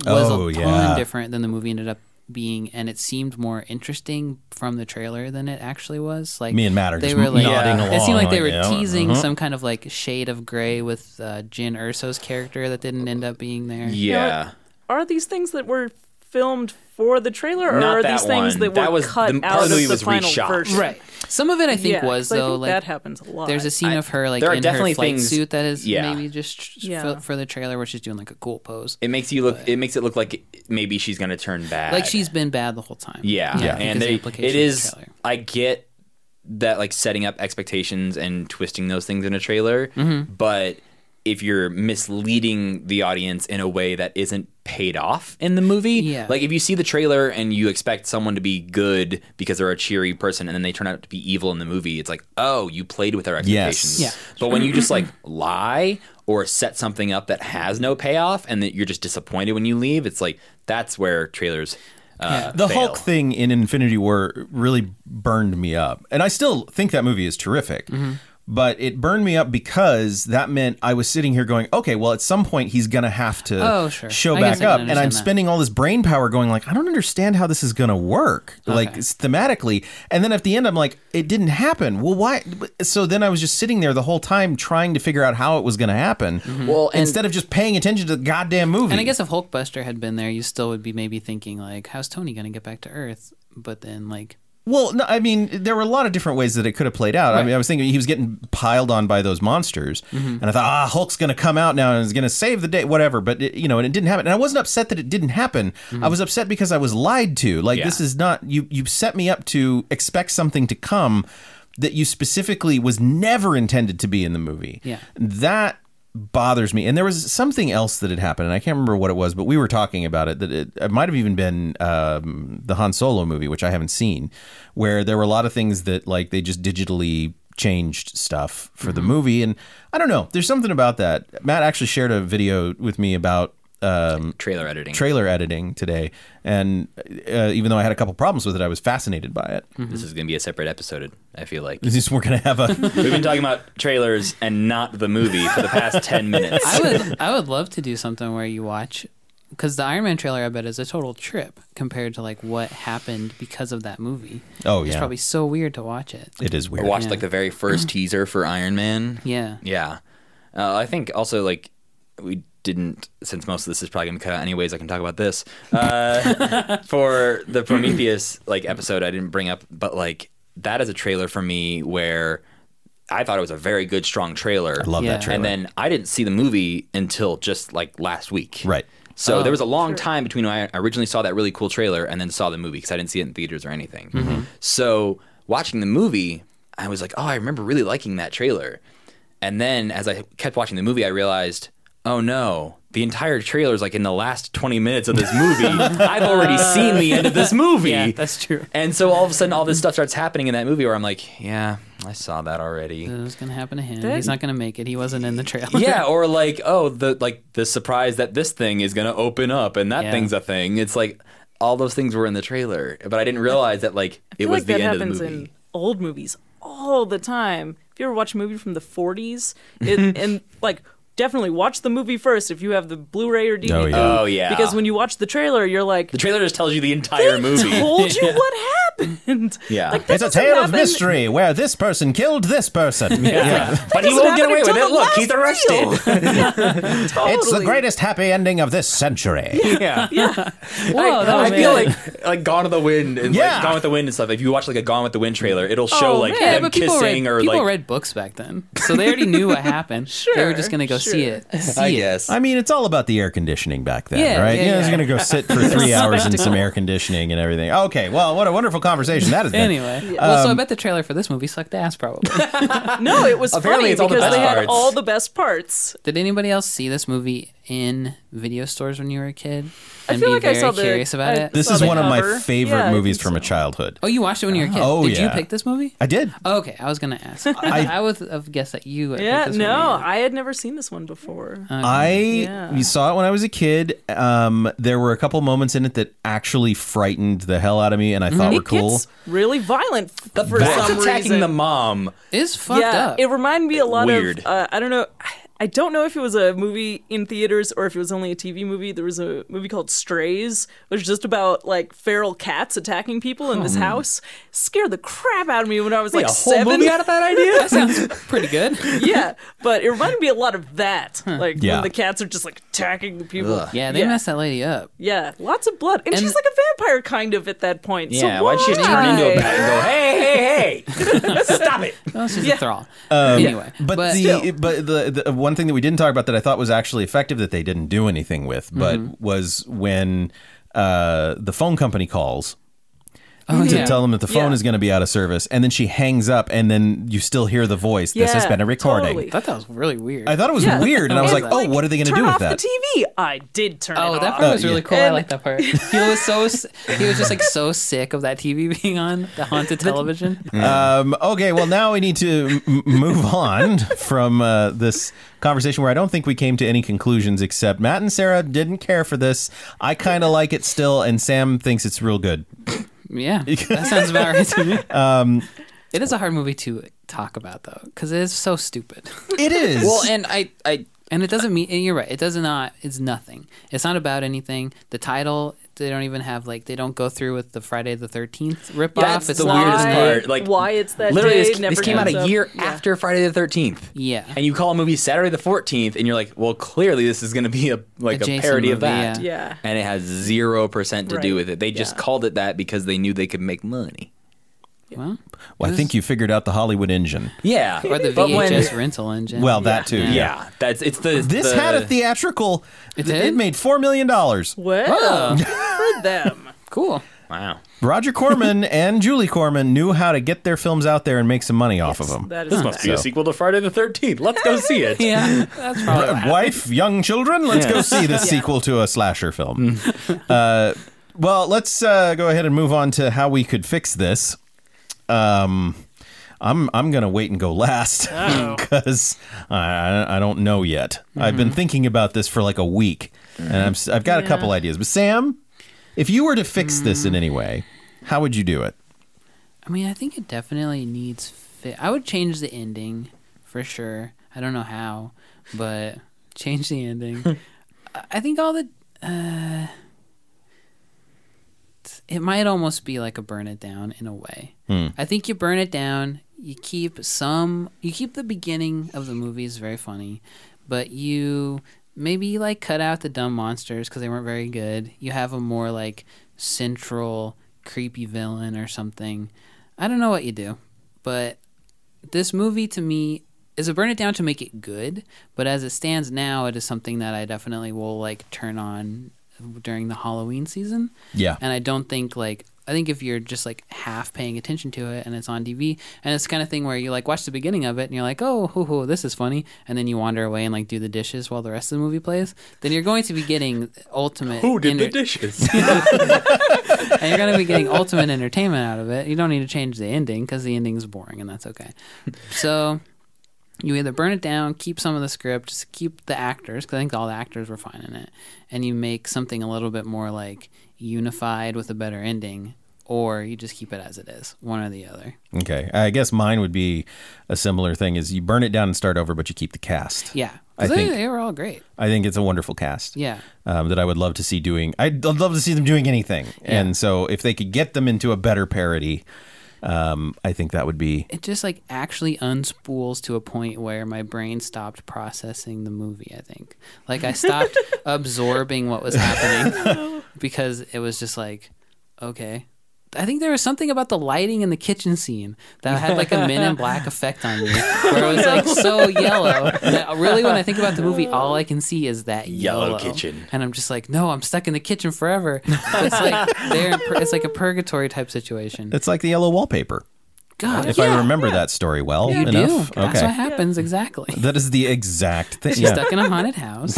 was
Oh,
a ton
yeah.
different than the movie ended up being, and it seemed more interesting from the trailer than it actually was. Like
Me and Matt are
they
just
were like
nodding
it seemed like
along,
they were
like, uh-huh. yeah,
teasing some kind of like shade of gray with uh, Jin Urso's character that didn't end up being there.
Yeah.
Are these things that were filmed for the trailer, or
Not
are
that
these things
one.
that were
That was-
cut
the- part
out
of
of
the movie
the
was
final
reshot.
version?
Right. Some of it I think
Yeah,
was
'cause I
though
think
like
that happens a lot.
There's a scene
I-
of her like
there are
in
definitely
her flight
things-
suit that is
yeah.
maybe just
Yeah.
for, for the trailer where she's doing like a cool pose.
It makes you look it makes it look like maybe she's gonna turn bad.
Like she's been bad the whole time.
Yeah.
I think
And
is the
they
implication of
it
the
is
trailer.
I get that like setting up expectations and twisting those things in a trailer,
Mm-hmm.
but if you're misleading the audience in a way that isn't paid off in the movie,
Yeah.
like if you see the trailer and you expect someone to be good because they're a cheery person and then they turn out to be evil in the movie, it's like, oh, you played with our expectations.
Yeah.
But when you just like [LAUGHS] lie or set something up that has no payoff and that you're just disappointed when you leave, it's like that's where trailers uh,
The
fail.
Hulk thing in Infinity War really burned me up. And I still think that movie is terrific.
Mm-hmm.
But it burned me up because that meant I was sitting here going, okay, well, at some point he's going to have to
Oh, sure.
show
I guess
back
I can
up. And I'm
understand that.
spending all this brain power going like, I don't understand how this is going to work, like
Okay.
thematically. And then at the end, I'm like, it didn't happen. Well, why? So then I was just sitting there the whole time trying to figure out how it was going to happen.
Well, and-
instead of just paying attention to the goddamn movie.
Mm-hmm. And I guess if Hulkbuster had been there, you still would be maybe thinking like, "How's Tony gonna get back to Earth?" But then like,
Well, no, I mean, there were a lot of different ways that it could have played out. I
Right.
mean, I was thinking he was getting piled on by those monsters, and I thought, ah, Hulk's going to come out now and is going to save the day, whatever. But it, you know, and it didn't happen. And I wasn't upset that it didn't happen. I was upset because I was lied to. Like
Yeah.
this is not you. You set me up to expect something to come that you specifically was never intended to be in the movie.
Yeah.
that bothers me. And there was something else that had happened, and I can't remember what it was, but we were talking about it. That it, it might have even been um, the Han Solo movie, which I haven't seen, where there were a lot of things that like they just digitally changed stuff for
Mm-hmm.
the movie, and I don't know. There's something about that. Matt actually shared a video with me about um,
trailer editing.
trailer editing today, and uh, even though I had a couple problems with it, I was fascinated by it.
this is going to be a separate episode. I
[LAUGHS]
feel like
Is
Mm-hmm.
this- we're gonna have
[LAUGHS]
a
we've been talking about trailers and not the movie for
[LAUGHS]
the past ten minutes. [LAUGHS]
I would I would love to do something where you watch because the Iron Man trailer I bet is a total trip compared to like what happened because of that movie.
Oh,
it's
yeah.
probably so weird to watch it.
it is
I
weird.
watched
Yeah.
like the very first teaser for Iron Man.
Yeah.
Yeah. Uh, I think also like we didn't since most of this is probably gonna be cut out anyways. I can talk about this
[LAUGHS]
uh, for the Prometheus like episode. I didn't bring up, but like that is a trailer for me where I thought it was a very good, strong trailer.
I love
Yeah.
that trailer.
And then I didn't see the movie until just like last week.
Right.
So
Oh,
there was a long time between when I originally saw that really cool trailer and then saw the movie because I didn't see it in theaters or anything. Mm-hmm. So watching the movie, I was like, oh, I remember really liking that trailer. And then as I kept watching the movie, I realized, oh no, the entire trailer is like in the last 20 minutes of this movie. I've already seen the end of this movie.
Yeah, that's true.
And so all of a sudden, all this stuff starts happening in that movie where I'm like, yeah, I saw that already.
It was gonna happen to him.
That-
He's not gonna make it. He wasn't in the trailer.
[LAUGHS]
[LAUGHS]
yeah, or like, oh, the like the surprise that this thing is gonna open up and that
Yeah.
thing's a thing. It's like all those things were in the trailer, but I didn't realize that like
I
it
feel
was
like
the
that
end of
happens
the movie.
in old movies all the time. If you ever watch a movie from the 40s,
[LAUGHS]
it, and like definitely watch the movie first if you have the Blu-ray or DVD.
Oh, yeah.
Oh, yeah.
Because when you watch the trailer, you're like,
The trailer just tells you the entire
[LAUGHS]
movie.
told
[LAUGHS]
you what happened.
Yeah.
like, that
It's a
doesn't
tale of
happen.
mystery where this person killed this person.
But he
doesn't
won't get
happen
away with
until
it.
the
Look, he's
last reel.
arrested.
Totally.
It's the greatest happy ending of this century.
yeah.
Whoa, that
[LAUGHS]
Oh,
I
was
feel
bad.
like like Gone with the Wind and
Yeah.
like Gone with the Wind and stuff. If you watch like a Gone with the Wind trailer, it'll show
Oh,
like
man.
Yeah,
them
but people,
kissing
read,
or
people
like
read books back then, so they already knew what
[LAUGHS]
happened. they were just
Sure,
gonna go see
sure.
it. See
I
it.
guess.
I mean, it's all about the air conditioning back then,
Yeah,
right?
yeah,
you know,
yeah.
going to go
[LAUGHS]
sit for three hours in some air conditioning and everything. Okay, well, what a wonderful conversation that has been.
Anyway, well,
Um,
so I bet the trailer for this movie sucked
[LAUGHS]
ass. Probably.
No, it
[LAUGHS]
was
Apparently
funny
it's all the
because
best
they had
parts.
all the best parts.
Did anybody else see this movie in video stores when you were a kid? And
feel like I
very
saw the-
curious about
I-
it.
This
Saw
is
the
one of my
cover.
favorite
Yeah, I
movies
think
from a childhood.
Oh, you watched it when you were a kid.
Oh,
Did
yeah.
you pick this movie?
I did.
Oh, okay, I was gonna ask.
[LAUGHS]
I,
I-
would have guessed that you. had
Yeah,
picked this
no,
movie.
I had never seen this one before.
Uh,
I
Yeah.
you saw it when I was a kid. Um, there were a couple moments in it that actually frightened the hell out of me, and I thought were
Mm-hmm. it
cool.
gets really violent f- for
Bats
some
attacking
reason.
the mom.
is fucked
yeah,
up.
it reminded me a lot
Weird.
of. Uh, I don't know. I don't know if it was a movie in theaters or if it was only a TV movie. There was a movie called Strays, which was just about like feral cats attacking people in this house. Scared the crap out of me when I was
Made
like
Hmm. a whole
seven.
movie out of that
[LAUGHS]
idea.
that sounds pretty good.
yeah, but it reminded me a lot of that. Like
Yeah.
when the cats are just like attacking the people.
Ugh.
Yeah, they
Yeah.
messed that lady up.
Yeah, lots of blood, and,
And-
she's like a vampire kind of at that point. So
Yeah, why'd she turn into a bat
[LAUGHS]
and go, hey, hey, hey, stop it?
Oh, she's
Yeah.
a thrall. anyway,
Um, but, the
[LAUGHS] still,
but the, the one thing that we didn't talk about that I thought was actually effective that they didn't do
Mm-hmm.
anything with, but was when uh, the phone company calls to
oh, yeah.
tell them that the phone
Yeah.
is going to be out of service, and then she hangs up, and then you still hear the voice. This has
Yeah,
been a recording.
totally.
I thought that was really weird.
I thought it was
Yeah.
weird, and I was
And,
like, "Oh, what are they going to
turn
do with
off
that?"
The TV. I did turn
Oh,
it
that
off.
part was really cool. I
And-
like that part. He was so s- he was just like so sick of that TV being on
[LAUGHS]
the haunted television.
Um, okay, well now we need to m- move [LAUGHS] on from uh, this conversation where I don't think we came to any conclusions except Matt and Sarah didn't care for this. I kind of like it still, and Sam thinks it's real good.
Yeah, that sounds about right
[LAUGHS]
to me. Um, it is a hard movie to talk about though, because it is so stupid.
It is.
Well, and I, I, and it doesn't mean. And you're right. It does not. It's nothing. It's not about anything. The title. They don't even have like. They don't go through with the Friday the Thirteenth ripoff.
That's
it's
the
not-
weirdest part. Like
why it's that
literally
day
this,
never
this came out
comes
a
up.
year
Yeah.
after Friday the Thirteenth.
Yeah.
and you call a movie Saturday the Fourteenth, and you're like, well, clearly this is going to be a like
A
a,
Jason
parody of
movie,
that.
yeah. Yeah.
and it has zero percent to do
Right.
with it. They just
Yeah.
called it that because they knew they could make money.
Well,
Well, I think you figured out the Hollywood engine.
[LAUGHS] Yeah,
or the
But when-
VHS rental engine.
Well, that [LAUGHS] too. Yeah.
yeah, that's it's the
This
the-
had a theatrical. It,
did?
it made four million dollars.
[LAUGHS] Well,
Oh.
for
[LAUGHS]
them.
cool.
wow.
Roger [LAUGHS] Corman and Julie Corman knew how to get their films out there and make some money off of them.
That is
Must
nice.
be a sequel to Friday the Thirteenth. Let's go see
[LAUGHS]
it.
Yeah, that's probably.
Uh, wife, young children, let's go see this sequel to a slasher film. uh, well, let's uh, go ahead and move on to how we could fix this. Um, I'm I'm gonna wait and go last [LAUGHS] because I, I don't know yet. I've been thinking about this for like a week, and I'm s- I've got a couple ideas. But Sam, if you were to fix this in any way, how would you do it?
I mean, I think it definitely needs fit. I would change the ending for sure. I don't know how, but [LAUGHS] change the ending. I- I think all the. Uh, it might almost be like a burn it down in a way. I think you burn it down. You keep some. You keep the beginning of the movies very funny, but you maybe like cut out the dumb monsters because they weren't very good. You have a more like central creepy villain or something. I don't know what you do, but this movie to me is a burn it down to make it good. But as it stands now, it is something that I definitely will like turn on during the Halloween season.
Yeah.
And I don't think like I think if you're just like half paying attention to it and it's on TV and it's the kind of thing where you like watch the beginning of it and you're like, oh, hoo, hoo, this is funny, and then you wander away and like do the dishes while the rest of the movie plays, then you're going to be getting ultimate.
Who did the
enter-
[LAUGHS]
dishes?
and you're going to be getting ultimate entertainment out of it. You don't need to change the ending because the ending's boring, and that's okay. So you either burn it down, keep some of the script, just keep the actors, because I think all the actors were fine in it, and you make something a little bit more like unified with a better ending, or you just keep it as it is, one or the other.
Okay, I guess mine would be a similar thing: is you burn it down and start over, but you keep the cast.
Yeah.
I
'Cause they,
think-
they were all great.
I think it's a wonderful cast.
Yeah.
um, that I would love to see doing. I'd I'd love to see them doing anything. And so if they could get them into a better parody, um, I think that would be.
It just like actually unspools to a point where my brain stopped processing the movie, I think. Like I stopped absorbing what was happening because it was just like, okay. I think there was something about the lighting in the kitchen scene that had like a men in black effect on me, where it was like so yellow. That really, when I think about the movie, all I can see is that
Yellow
yellow,
kitchen.
and I'm just like, no, I'm stuck in the kitchen forever. It's like they're in pur- it's like a purgatory type situation.
It's like the yellow wallpaper.
God,
If I remember that story well
you
enough.
do. That's what
Okay. [LAUGHS]
happens exactly.
That is the exact thing.
She's
Yeah.
stuck in a
[LAUGHS]
haunted house,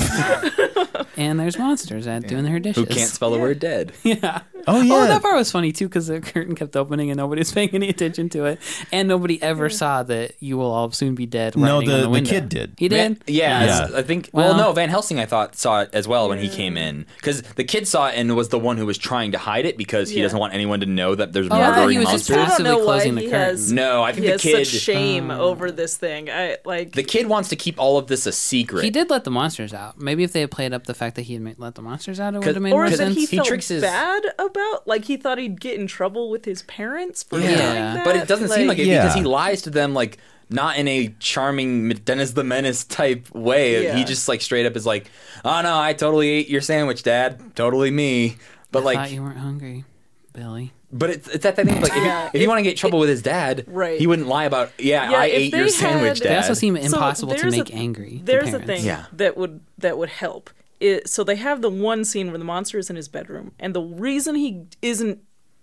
and there's monsters at doing her dishes.
Who can't spell the word dead?
Yeah.
Oh, yeah.
Oh, that part was funny too because the curtain kept opening and nobody was [LAUGHS] paying any attention to it, and nobody ever saw that you will all soon be dead.
No,
writing on
the-
the,
the
window.
kid did.
He
Man-
did.
yeah, it's-
Yeah.
I think. Well,
Well-
no, Van Helsing, I thought saw it as well when he came in because the kid saw it and was the one who was trying to hide it because he
Yeah.
doesn't want anyone to know that there's
Oh, I thought he
murdering
was just
monsters.
I don't
passively
know why
closing the
he
curtain. Hmm.
has-
no, I think
He
the
has
kid.
such shame over this thing. I like.
the kid wants to keep all of this a secret.
He did let the monsters out. Maybe if they had played up the fact that he had ma- let the monsters out, it would have made
or
more
Because
that
sense.
he
he
felt
tricks his-
bad about, like he thought he'd get in trouble with his parents for
Yeah.
doing
Yeah.
that.
But it doesn't seem like it
Yeah.
because he lies to them like not in a charming Dennis the Menace type way.
Yeah.
He just like straight up is like, "Oh no, I totally ate your sandwich, Dad. Totally me." But
I thought
like,
you weren't hungry, Billy.
but it's, it's that thing. Like, if, you-
Yeah.
if you want to get in trouble with his dad,
Right.
He wouldn't lie about, "Yeah,
Yeah,
I
if
ate your
they
sandwich,
had- They
Dad."
They also seem
So
impossible to
there's a-
make angry. the
There's a
parents.
thing
Yeah.
that would that would help. It, so they have the one scene where the monster is in his bedroom, and the reason he isn't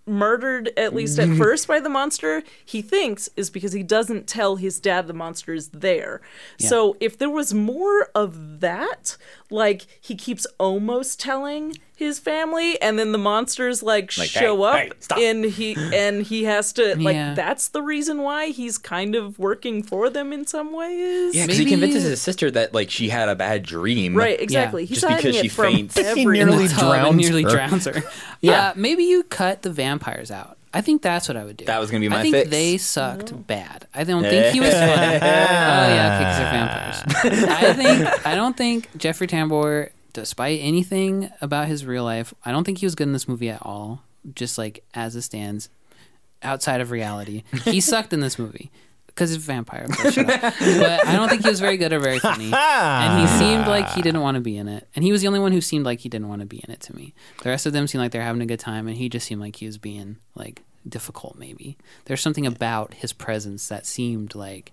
murdered at
[LAUGHS]
least at first by the monster he thinks is because he doesn't tell his dad the monster is there so if there was more of that like he keeps almost telling his family and then the monsters like,
Like,
show
"Hey,
up
hey, stop."
and he and he has
[LAUGHS]
to like
Yeah.
that's the reason why he's kind of working for them in some ways
Yeah, because he
Maybe-
convinces his sister that like she had a bad dream.
right exactly he's
Just because
hiding
she
it from
faints. He [LAUGHS]
everyone.
nearly
in the tub and
drowns
nearly
her.
drowns [LAUGHS] her. yeah, maybe you cut the vampires out. I think that's what I would do.
That was gonna be my
I think
fix.
they sucked bad. I don't
[LAUGHS]
think he was funny. oh yeah, because they're vampires. I think I don't think Jeffrey Tambor, despite anything about his real life, I don't think he was good in this movie at all. Just like as it stands, outside of reality,
[LAUGHS]
he sucked in this movie. Because he's a vampire, but shut up. but I don't think he was very good or very funny and he seemed like he didn't want to be in it. And he was the only one who seemed like he didn't want to be in it to me. The rest of them seemed like they're having a good time, and he just seemed like he was being like difficult. Maybe there's something about his presence that seemed like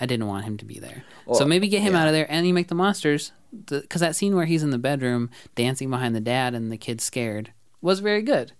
I didn't want him to be there. so maybe get him out of there, and you make the monsters. Because that scene where he's in the bedroom dancing behind the dad and the kid's scared was very good.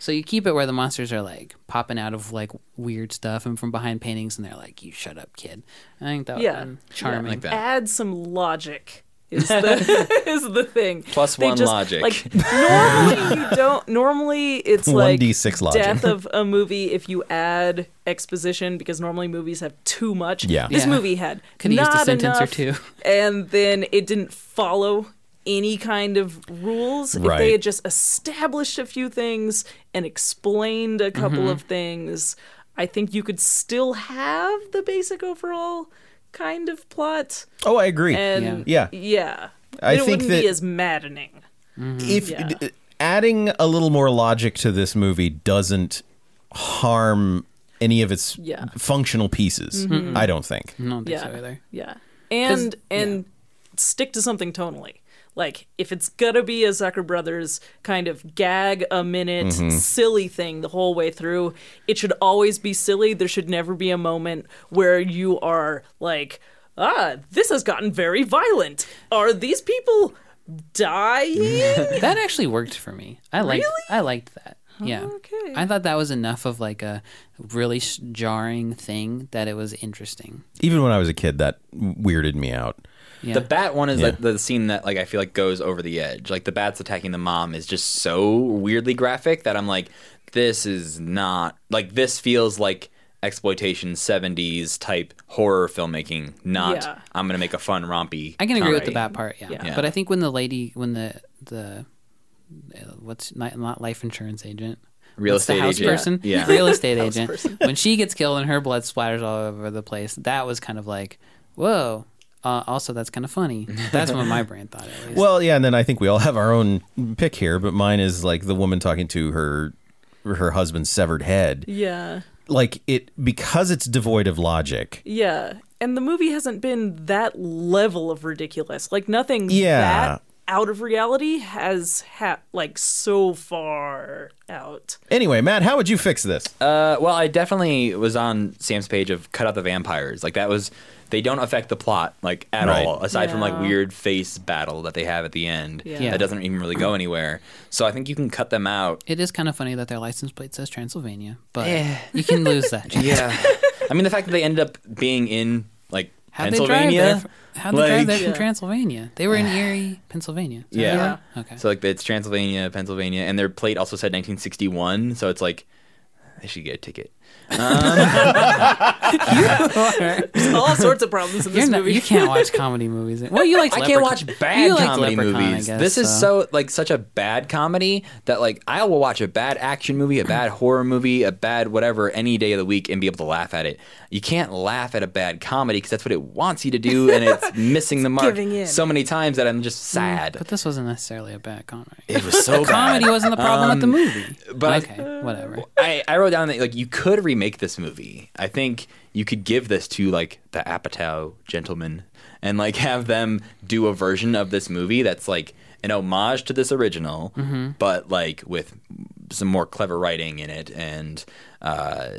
So you keep it where the monsters are like popping out of like weird stuff and from behind paintings, and they're like, "You shut up, kid." I think that
Yeah.
would
Yeah,
been charming.
Like that.
add some logic
[LAUGHS]
is the, [LAUGHS] is the thing.
Plus
They
one
just-
logic. [LAUGHS]
Like normally you don't. Normally it's like
1d6 logic.
death of a movie if you add exposition because normally movies have too much.
Yeah.
This
Yeah.
movie had
Could have used a
not
sentence or
enough,
two.
and then it didn't follow any kind of rules if
Right.
they had just established a few things and explained a
Mm-hmm.
couple of things i think you could still have the basic overall kind of plot
Oh, I agree.
and
Yeah. Yeah.
yeah.
I
it
think
wouldn't
that-
be as maddening.
if
Yeah.
d- adding a little more logic to this movie doesn't harm any of its
Yeah.
functional pieces,
Mm-hmm.
I don't think.
I don't think
Yeah.
so either.
Yeah, and and stick to something tonally. Like if it's gonna be a Zucker Brothers kind of gag a minute silly thing the whole way through, it should always be silly. There should never be a moment where you are like, ah, this has gotten very violent. Are these people
[LAUGHS]
dying?
[LAUGHS] That actually worked for me. I liked I liked that. Yeah.
Okay.
I thought that was enough of like a really s- jarring thing that it was interesting.
Even when I was a kid, that weirded me out.
Yeah.
The bat one is
Yeah.
like the scene that like I feel like goes over the edge. Like the bats attacking the mom is just so weirdly graphic that I'm like, this is not like this feels like exploitation 70s type horror filmmaking. Not
Yeah.
I'm gonna make a fun rompy.
I can agree with the
comedy.
bad part, yeah.
Yeah.
But I think when the lady when the the uh, what's not, not life insurance agent
Real
What's the
estate
house
agent.
person,
Yeah. [LAUGHS]
real estate agent. When she gets killed and her blood splatters all over the place, that was kind of like, whoa. Uh, also, that's kind
[LAUGHS]
of funny. That's what my brain thought. At least.
Well, yeah, and then I think we all have our own pick here, but mine is like the woman talking to her her husband's severed head.
yeah,
Like it because it's devoid of logic.
yeah. And the movie hasn't been that level of ridiculous. Like nothing
Yeah.
that out of reality has ha- like so far out.
Anyway, Matt, how would you fix this?
Uh, well, I definitely was on Sam's page of cut out the vampires. Like that was they don't affect the plot like at
Right.
all, aside from like
Yeah.
weird face battle that they have at the end.
Yeah.
Yeah.
That doesn't even really go anywhere. So I think you can cut them out.
It is kind of funny that their license plate says Transylvania, but
Eh.
you can lose that.
[LAUGHS] Yeah. I mean the fact that they ended up being in like
How'd they
Pennsylvania.
drive there? f- How'd they drive there
like-
from Transylvania? They were in Erie, Pennsylvania. Is that [LAUGHS]
Yeah.
right? Okay.
So like it's Transylvania, Pennsylvania, and their plate also said 1961. So it's like they should get a ticket.
[LAUGHS]
all sorts of problems in
You're
this
not,
movie.
you can't watch comedy [LAUGHS] movies. Well, you like
I can't
Leprechaun-
watch bad
you like
comedy
Leprechaun, I
movies.
guess,
this is so like such a bad comedy that like I will watch a bad action movie, a
[CLEARS THROAT]
bad horror movie, a bad whatever any day of the week and be able to laugh at it. You can't laugh at a bad comedy because that's what it wants you to do, and
[LAUGHS]
it's missing the mark
giving in.
so many times that I'm just sad.
Mm. But this wasn't necessarily a bad comedy.
it was so
Comedy
bad.
wasn't the problem with the movie.
but-
okay, whatever.
I, I wrote down that like you could remake this movie. I think you could give this to like the Apatow gentlemen and like have them do a version of this movie that's like an homage to this original, but like with some more clever writing in it and uh,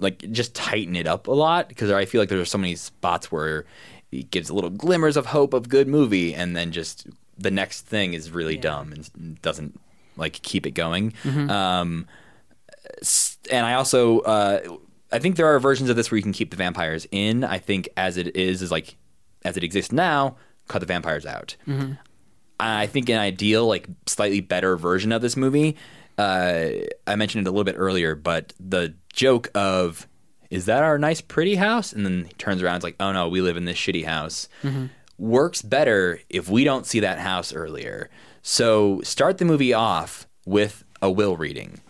like just tighten it up a lot because I feel like there are so many spots where it gives little glimmers of hope of good movie and then just the next thing is really dumb and doesn't like keep it going. Um, s- and I also uh, I think there are versions of this where you can keep the vampires in. I think as it is is like as it exists now, cut the vampires out. I think an ideal, like slightly better version of this movie. Uh, I mentioned it a little bit earlier, but the joke of "Is that our nice, pretty house?" and then he turns around, and is like, "Oh no, we live in this shitty house."
Mm-hmm.
Works better if we don't see that house earlier. So start the movie off with a will reading.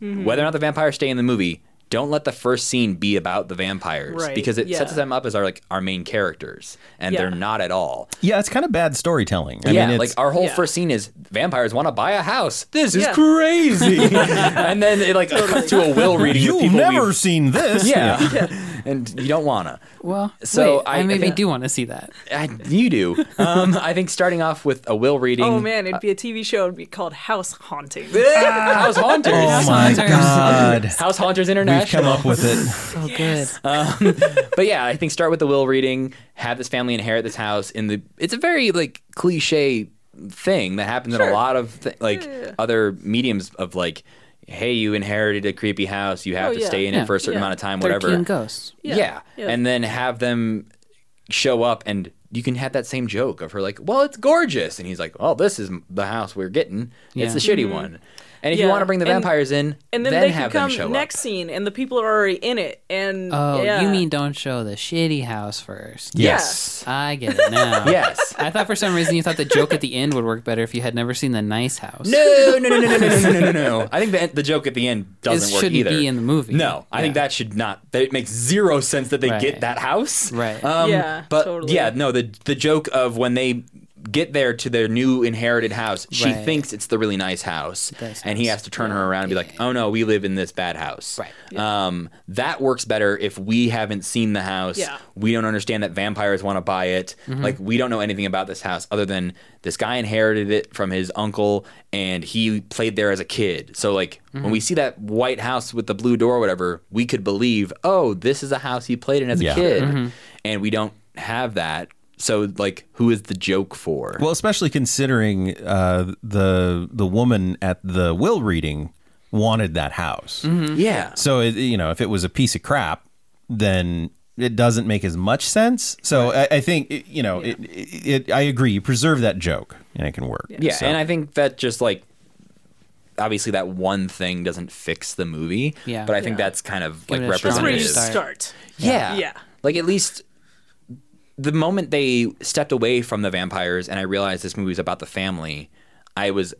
Mm-hmm.
Whether or not the vampires stay in the movie, don't let the first scene be about the vampires
Right,
because it
yeah.
sets them up as our like our main characters, and
Yeah.
they're not at all
Yeah, it's kind of bad storytelling. I
yeah,
mean,
like
it's,
our whole
yeah.
first scene is vampires want to buy a house. This is
Yeah. Oh, [LAUGHS]
crazy. and then it like cuts to a will reading. with
you've
people
never
we've-
seen this.
[LAUGHS] Yeah. and you don't wanna.
Well,
So
so
I-
I,
I
maybe
think-
do want to see that.
I, you do. Um, I think starting off with a will reading.
Oh man, it'd be a TV show. It'd be called House Haunting.
[LAUGHS] House [LAUGHS] Haunters.
Oh my
Sometimes.
god.
[LAUGHS] House Haunters
Oh, We've come
International.
up with it.
So Oh, good.
but yeah, I think start with the will reading, have this family inherit this house in the it's a very like cliche thing that happens in a lot of th- like other mediums of like hey, you inherited a creepy house, you have
Oh,
to
yeah.
stay in
Yeah.
it for a certain
Yeah.
amount of time, [LAUGHS] whatever.
Thirteen ghosts.
Yeah.
Yeah.
And then have them show up and you can have that same joke of her like, "Well, it's gorgeous." And he's like, "Oh, this is the house we're getting. It's
Yeah.
the shitty one." And if you
Mm-hmm. Yeah.
want to bring the
And-
vampires in,
And then,
then
they
have
could come
them show
next
up.
scene, and the people are already in it. And
Oh,
yeah.
you mean don't show the shitty house first?
Yes.
I get
[LAUGHS]
it now.
Yes.
I thought for some reason you thought the joke at the end would work better if you had never seen the nice house.
No, no, no, no, no, no, no, no, no, no. [LAUGHS] I think the, the joke at the end doesn't
It
work
shouldn't
either.
be in the movie.
No, I think
Yeah.
that should not. That it makes zero sense that they
Right.
get that house.
Right.
Um,
Yeah,
But
totally.
yeah, no. The the joke of when they get there to their new inherited house, she
Right.
thinks it's the really nice house,
Nice
and he
house.
has to turn her around and be like, "Oh no, we live in this bad house."
Right.
Um, that works better if we haven't seen the house.
Yeah.
We don't understand that vampires want to buy it. Like we don't know anything about this house other than this guy inherited it from his uncle and he played there as a kid. So like when we see that white house with the blue door or whatever, we could believe, "Oh, this is a house he played in as
Yeah.
a kid." And we don't have that. So like who is the joke for?
[LAUGHS] Well, especially considering uh, the the woman at the will reading wanted that house.
Mm-hmm. yeah.
So it, you know, if it was a piece of crap, then it doesn't make as much sense. So I, I think you know, it, it, it. I agree. You preserve that joke, and it can work.
Yeah,
So-
and I think that just like obviously that one thing doesn't fix the movie.
Yeah.
But I think
Yeah.
that's kind of like
it a strong
That's where you
representative.
start.
start.
Yeah.
Yeah.
Like at least the moment they stepped away from the vampires and I realized this movie was about the family, I was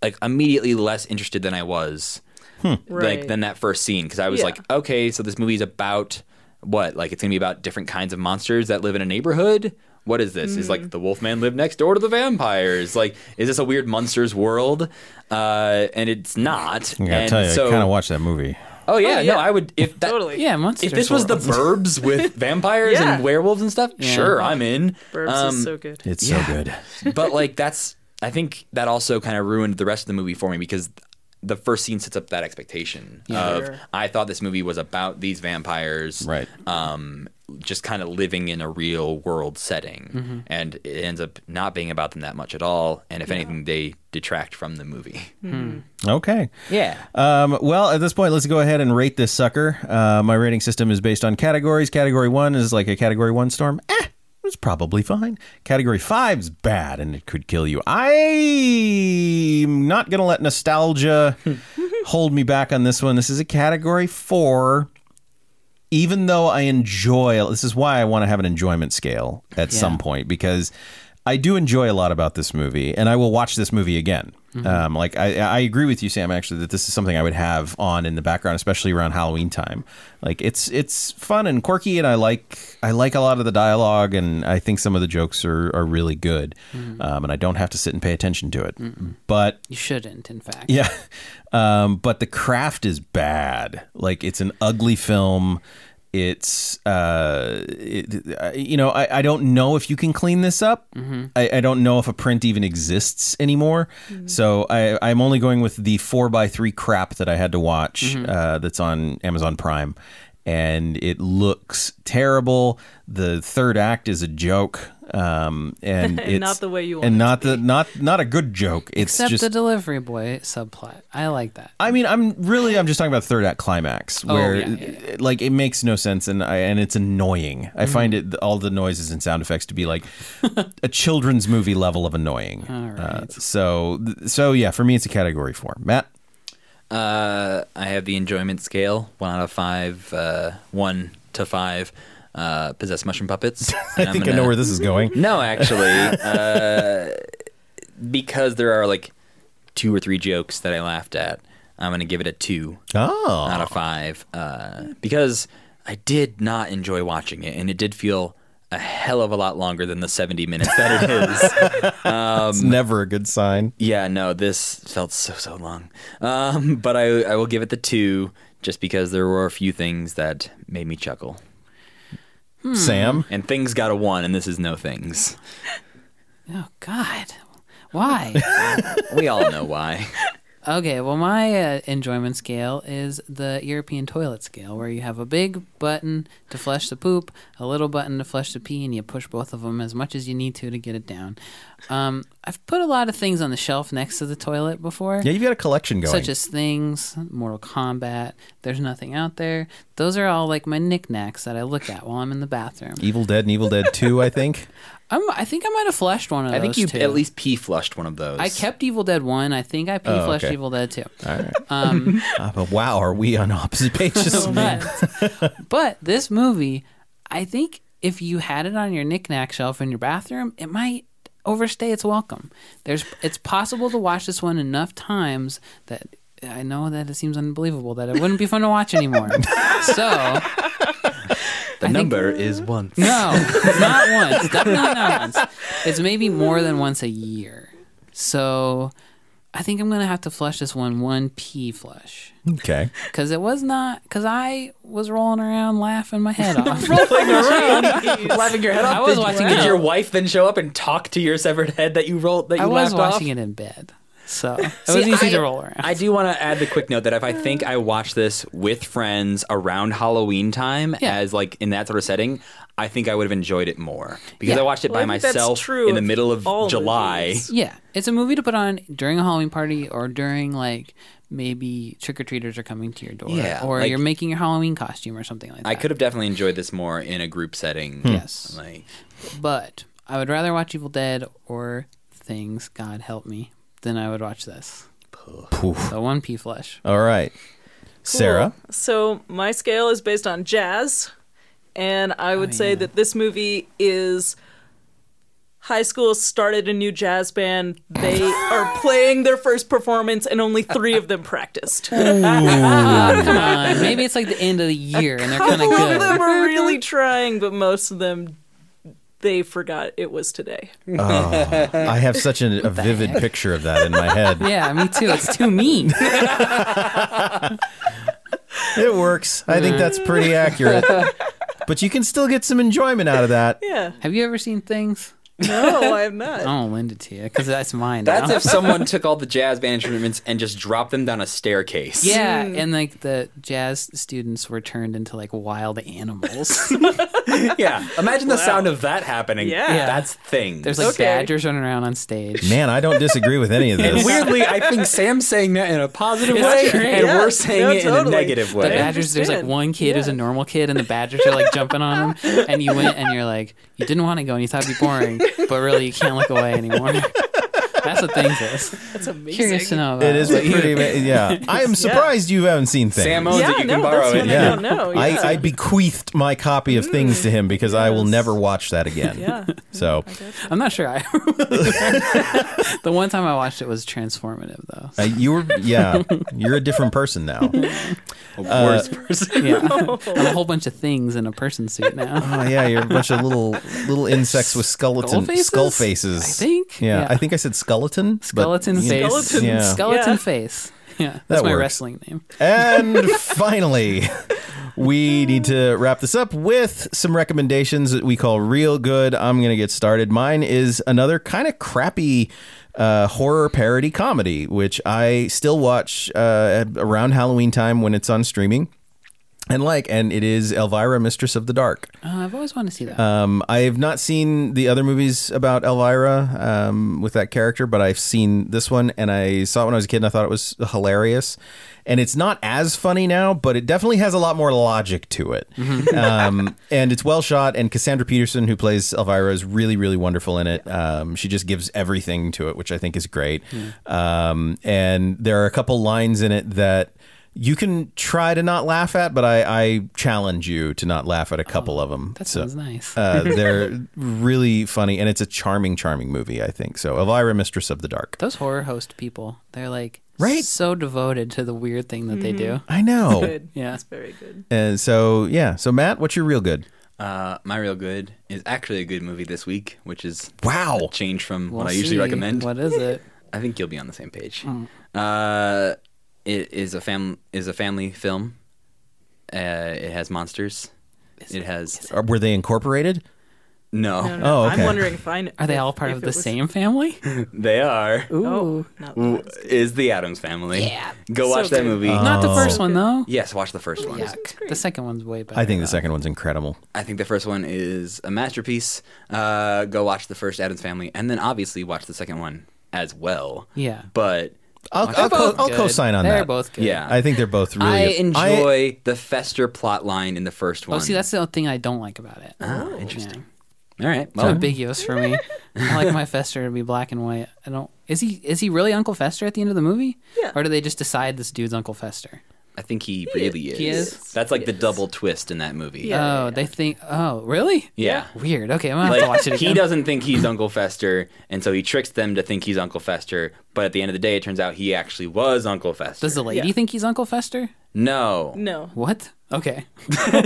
like immediately less interested than I was
Hmm.
like
Right.
than that first scene because I was
Yeah.
like, okay, so this movie's about what? Like it's gonna be about different kinds of monsters that live in a neighborhood. What is this? Is
Mm.
like the Wolfman lived next door to the vampires? Like, is this a weird monsters world? Uh, and it's not.
I gotta
and
tell you,
so,
I kind of watched that movie.
oh yeah,
yeah.
no, I would if that,
Totally.
Yeah, monsters.
if this was the
World.
[LAUGHS]
Burbs with vampires
Yeah.
and werewolves and stuff, sure, I'm in.
Burbs
Um,
is so good. [LAUGHS]
It's
Yeah.
so good.
but like that's, I think that also kind of ruined the rest of the movie for me because the first scene sets up that expectation of
Sure.
I thought this movie was about these vampires,
Right.
Um, just kind of living in a real world setting,
Mm-hmm.
and it ends up not being about them that much at all. And if anything, they detract from the movie. [LAUGHS]
Okay.
Yeah,
Um, well, at this point, let's go ahead and rate this sucker. Uh, my rating system is based on categories. Category one is like a category one storm. Eh, it's probably fine. Category five's bad and it could kill you. I'm not going to let nostalgia hold me back on this one. This is a category four. Even though I enjoy, this is why I want to have an enjoyment scale at some point because I do enjoy a lot about this movie, and I will watch this movie again. Um, like I, I agree with you, Sam. Actually, that this is something I would have on in the background, especially around Halloween time. Like it's it's fun and quirky, and I like I like a lot of the dialogue, and I think some of the jokes are are really good, um, and I don't have to sit and pay attention to it. But
You shouldn't, in fact.
yeah. Um, but the craft is bad. Like it's an ugly film. It's uh, it, I- you know, I, I don't know if you can clean this up.
Mm-hmm.
I, I don't know if a print even exists anymore. So I, I'm only going with the four by three crap that I had to watch.
Mm-hmm.
Uh, that's on Amazon Prime, and it looks terrible. The third act is a joke. Um, and it's
[LAUGHS] not the way you want
and
it
not the not not a good joke. It's
Except
just
the delivery boy subplot. I like that.
I mean, I'm really I'm just talking about the third act climax where
Oh, yeah, yeah,
uh, like it makes no sense and I, and it's annoying. I
Mm-hmm.
find it all the noises and sound effects to be
[LAUGHS]
like a children's movie level of annoying. Uh, so th- so yeah, for me it's a category 4. Matt,
Uh, I have the enjoyment scale, one out of five, uh, one to five. Uh, possess
[LAUGHS]
mushroom puppets.
I think I know where this is going.
No, actually, uh, because there are like two or three jokes that I laughed at. I'm gonna give it a two
Oh.
out of five uh, because I did not enjoy watching it, and it did feel a hell of a lot longer than the 70 minutes that
[LAUGHS]
it is.
It's never a good sign.
yeah, no, this felt so so long. Um, [LAUGHS] but I I will give it the two just because there were a few things that made me chuckle,
Hmm.
Sam,
and things got a one, and this is no things.
Oh God,
[LAUGHS]
why?
We all know
[LAUGHS]
why.
okay, well my uh, enjoyment scale is the European toilet scale, where you have a big button to flush the poop, a little button to flush the pee, and you push both of them as much as you need to to get it down. Um, I've put a lot of things on the shelf next to the toilet before.
yeah, you've got a collection going.
Such as things, Mortal Kombat. There's nothing out there. Those are all like my knickknacks that I look at while I'm in the bathroom.
Evil Dead and Evil Dead 2, I
[LAUGHS]
think.
I'm, I think I might have flushed one of
I
those.
think you
too.
at least pee flushed one of those.
I kept Evil Dead One. I think I P
Oh,
flushed
okay.
Evil Dead Two.
All right. Uh, but wow, are we on
[LAUGHS] Oh,
opposite pages?
But, but this movie, I think if you had it on your knickknack shelf in your bathroom, it might overstay its welcome. There's it's possible to watch this one enough times that I know that it seems unbelievable that it wouldn't be fun to watch anymore. So
the
think-
number is one.
No, not once. Definitely not once. It's maybe more than once a year. So I think I'm gonna have to flush this one one p flush
okay.
because it was not because I was rolling around laughing my head off.
Playing around, laughing your head off.
I was watching
Did
it.
your wife then show up and talk to your severed head that you rolled that you
I was
laughed off?
watching it in bed, [LAUGHS] so it was easy
I,
to roll around.
I do want to add the quick note that if I think I watched this with friends around Halloween time,
Yeah.
as like in that sort of setting, I think I would have enjoyed it more because
Yeah.
I watched it
Well,
by
I think that's
myself
true
in the
of
middle of
all
July.
movies.
yeah, it's a movie to put on during a Halloween party or during like maybe trick or treaters are coming to your door,
Yeah,
or
like-
you're making your Halloween costume or something like that.
I could have definitely enjoyed this more in a group setting.
Hmm. Yes.
Like,
but I would rather watch Evil Dead or Things, God help me, than I would watch this.
Poof.
So one P flush.
All right. Sarah,
Cool. So my scale is based on jazz, and I would say
yeah.
that this movie is high school started a new jazz band. They are playing their first performance, and only three of them practiced. A
Oh, come on. Maybe it's like the end of the year and they're kind of
couple of them
good.
are really trying, but most of them they forgot it was today.
I have such an, a vivid picture of that in my
[LAUGHS]
head.
Yeah, me too. It's too [LAUGHS] mean.
It works. I think that's pretty accurate. But you can still get some enjoyment out of that.
Yeah.
Have you ever seen Things?
No, Oh, [LAUGHS] I have not.
I'll lend it to you because that's mine.
that's
now.
if someone took all the jazz band instruments and just dropped them down a staircase.
Yeah, and like the jazz students were turned into like wild
[LAUGHS]
animals.
[LAUGHS] yeah. Imagine the sound of that happening.
Yeah. Yeah.
That's thing.
There's like
Okay.
badgers running around on stage.
Man, I don't disagree with any of
and
this.
weirdly, I think Sam's saying that in a positive
It's
way,
great.
and
Yeah.
we're saying
No,
it in a
totally.
negative
The
way.
badgers, there's like
understand.
one kid who's a
Yeah.
normal kid, and the badgers are like jumping on
[LAUGHS]
him. And you went and you're like, you didn't want to go and you thought it'd be boring, but really you can't look away
[LAUGHS]
anymore. That's what things is.
That's amazing.
Curious to know about
It is
what you-
pretty. ama- Yeah, I am surprised you haven't seen things.
Sam owns
Yeah,
it. You
no,
can
that's
borrow
what
it.
I
yeah,
don't know,
I,
yeah.
I bequeathed my copy of things to him because I will
yes.
never watch that again.
Yeah.
So
I'm not sure I. [LAUGHS] the one time I watched it was transformative
[LAUGHS]
uh,
though.
you were, yeah, you're a different person now.
Worst
uh,
person.
Yeah,
Oh,
I'm a whole bunch of things in a person suit now.
Oh yeah, you're a bunch of little little insects with skeleton
Skull faces?
skull faces.
I think.
Yeah,
Yeah.
I think I said skeleton. but-
Skeleton face.
Skeleton-
Yeah.
Skeleton
Yeah.
face. [LAUGHS] Yeah, that's
That
my
works.
wrestling name.
And finally, we need to wrap this up with some recommendations that we call real good. I'm going to get started. Mine is another kind of crappy uh, horror parody comedy, which I still watch uh, around Halloween time when it's on streaming. and like, and it is Elvira, Mistress of the Dark.
Oh, I've always wanted to see that.
Um, I have not seen the other movies about Elvira um, with that character, but I've seen this one and I saw it when I was a kid and I thought it was hilarious. And it's not as funny now, but it definitely has a lot more logic to it. [LAUGHS] um, and it's well shot. And Cassandra Peterson, who plays Elvira, is really, really wonderful in it. Um, she just gives everything to it, which I think is great. Um, and there are a couple lines in it that you can try to not laugh at, but I, I challenge you to not laugh at a couple of them.
that
So-
sounds
[LAUGHS]
nice.
uh, they're really funny, and it's a charming, charming movie. I think so. Elvira, Mistress of the Dark.
Those horror host people, they're like
Right?
so devoted to the weird thing that they do.
I know.
Good.
Yeah.
That's very good.
and so yeah. So Matt, what's your real good?
Uh, my real good is actually a good movie this week, which is
Wow.
a change from
We'll
what I usually
see.
recommend.
What is it?
I think you'll be on the same page. Uh, it is a fam is a family film. Uh, it has monsters. it has
Are, were they incorporated?
no,
No, no,
Oh, okay.
I'm wondering if I kn-
Are they all part
if
of
it
the
was-
same family?
[LAUGHS] They are.
Oh, No, not the
W-
last.
Is the Adams Family?
Yeah. Uh-huh.
Go watch
So
that
good.
movie.
Not the
Oh.
first one though.
Yes, watch the first one.
Yuck. The second one's way better.
I think the
though.
second one's incredible.
I think the first one is a masterpiece. Uh, go watch the first Adams Family, and then obviously watch the second one as well.
Yeah.
But
I'll,
They're
I'll, co-
both
I'll
good.
co-sign on
they're
that.
both good.
Yeah.
I think they're both really.
I
[LAUGHS]
enjoy the Fester plot line in the first
Oh,
one.
see, that's the only thing I don't like about it.
Ah,
Oh, interesting.
all right.
It's
Well,
ambiguous for me. I like my [LAUGHS] Fester to be black and white. I don't. Is he is he really Uncle Fester at the end of the movie?
Yeah.
Or do they just decide this dude's Uncle Fester?
I think he really is.
He is?
That's like the double twist in that movie.
Yeah, yeah,
oh,
yeah.
they think. Oh, really?
Yeah.
Weird. Okay, I'm gonna have
Like,
to watch it again.
he doesn't think he's Uncle Fester, and so he tricks them to think he's Uncle Fester. But at the end of the day, it turns out he actually was Uncle Fester.
Does the lady
Yeah.
think he's Uncle Fester?
no,
No.
What? Okay.
Wait,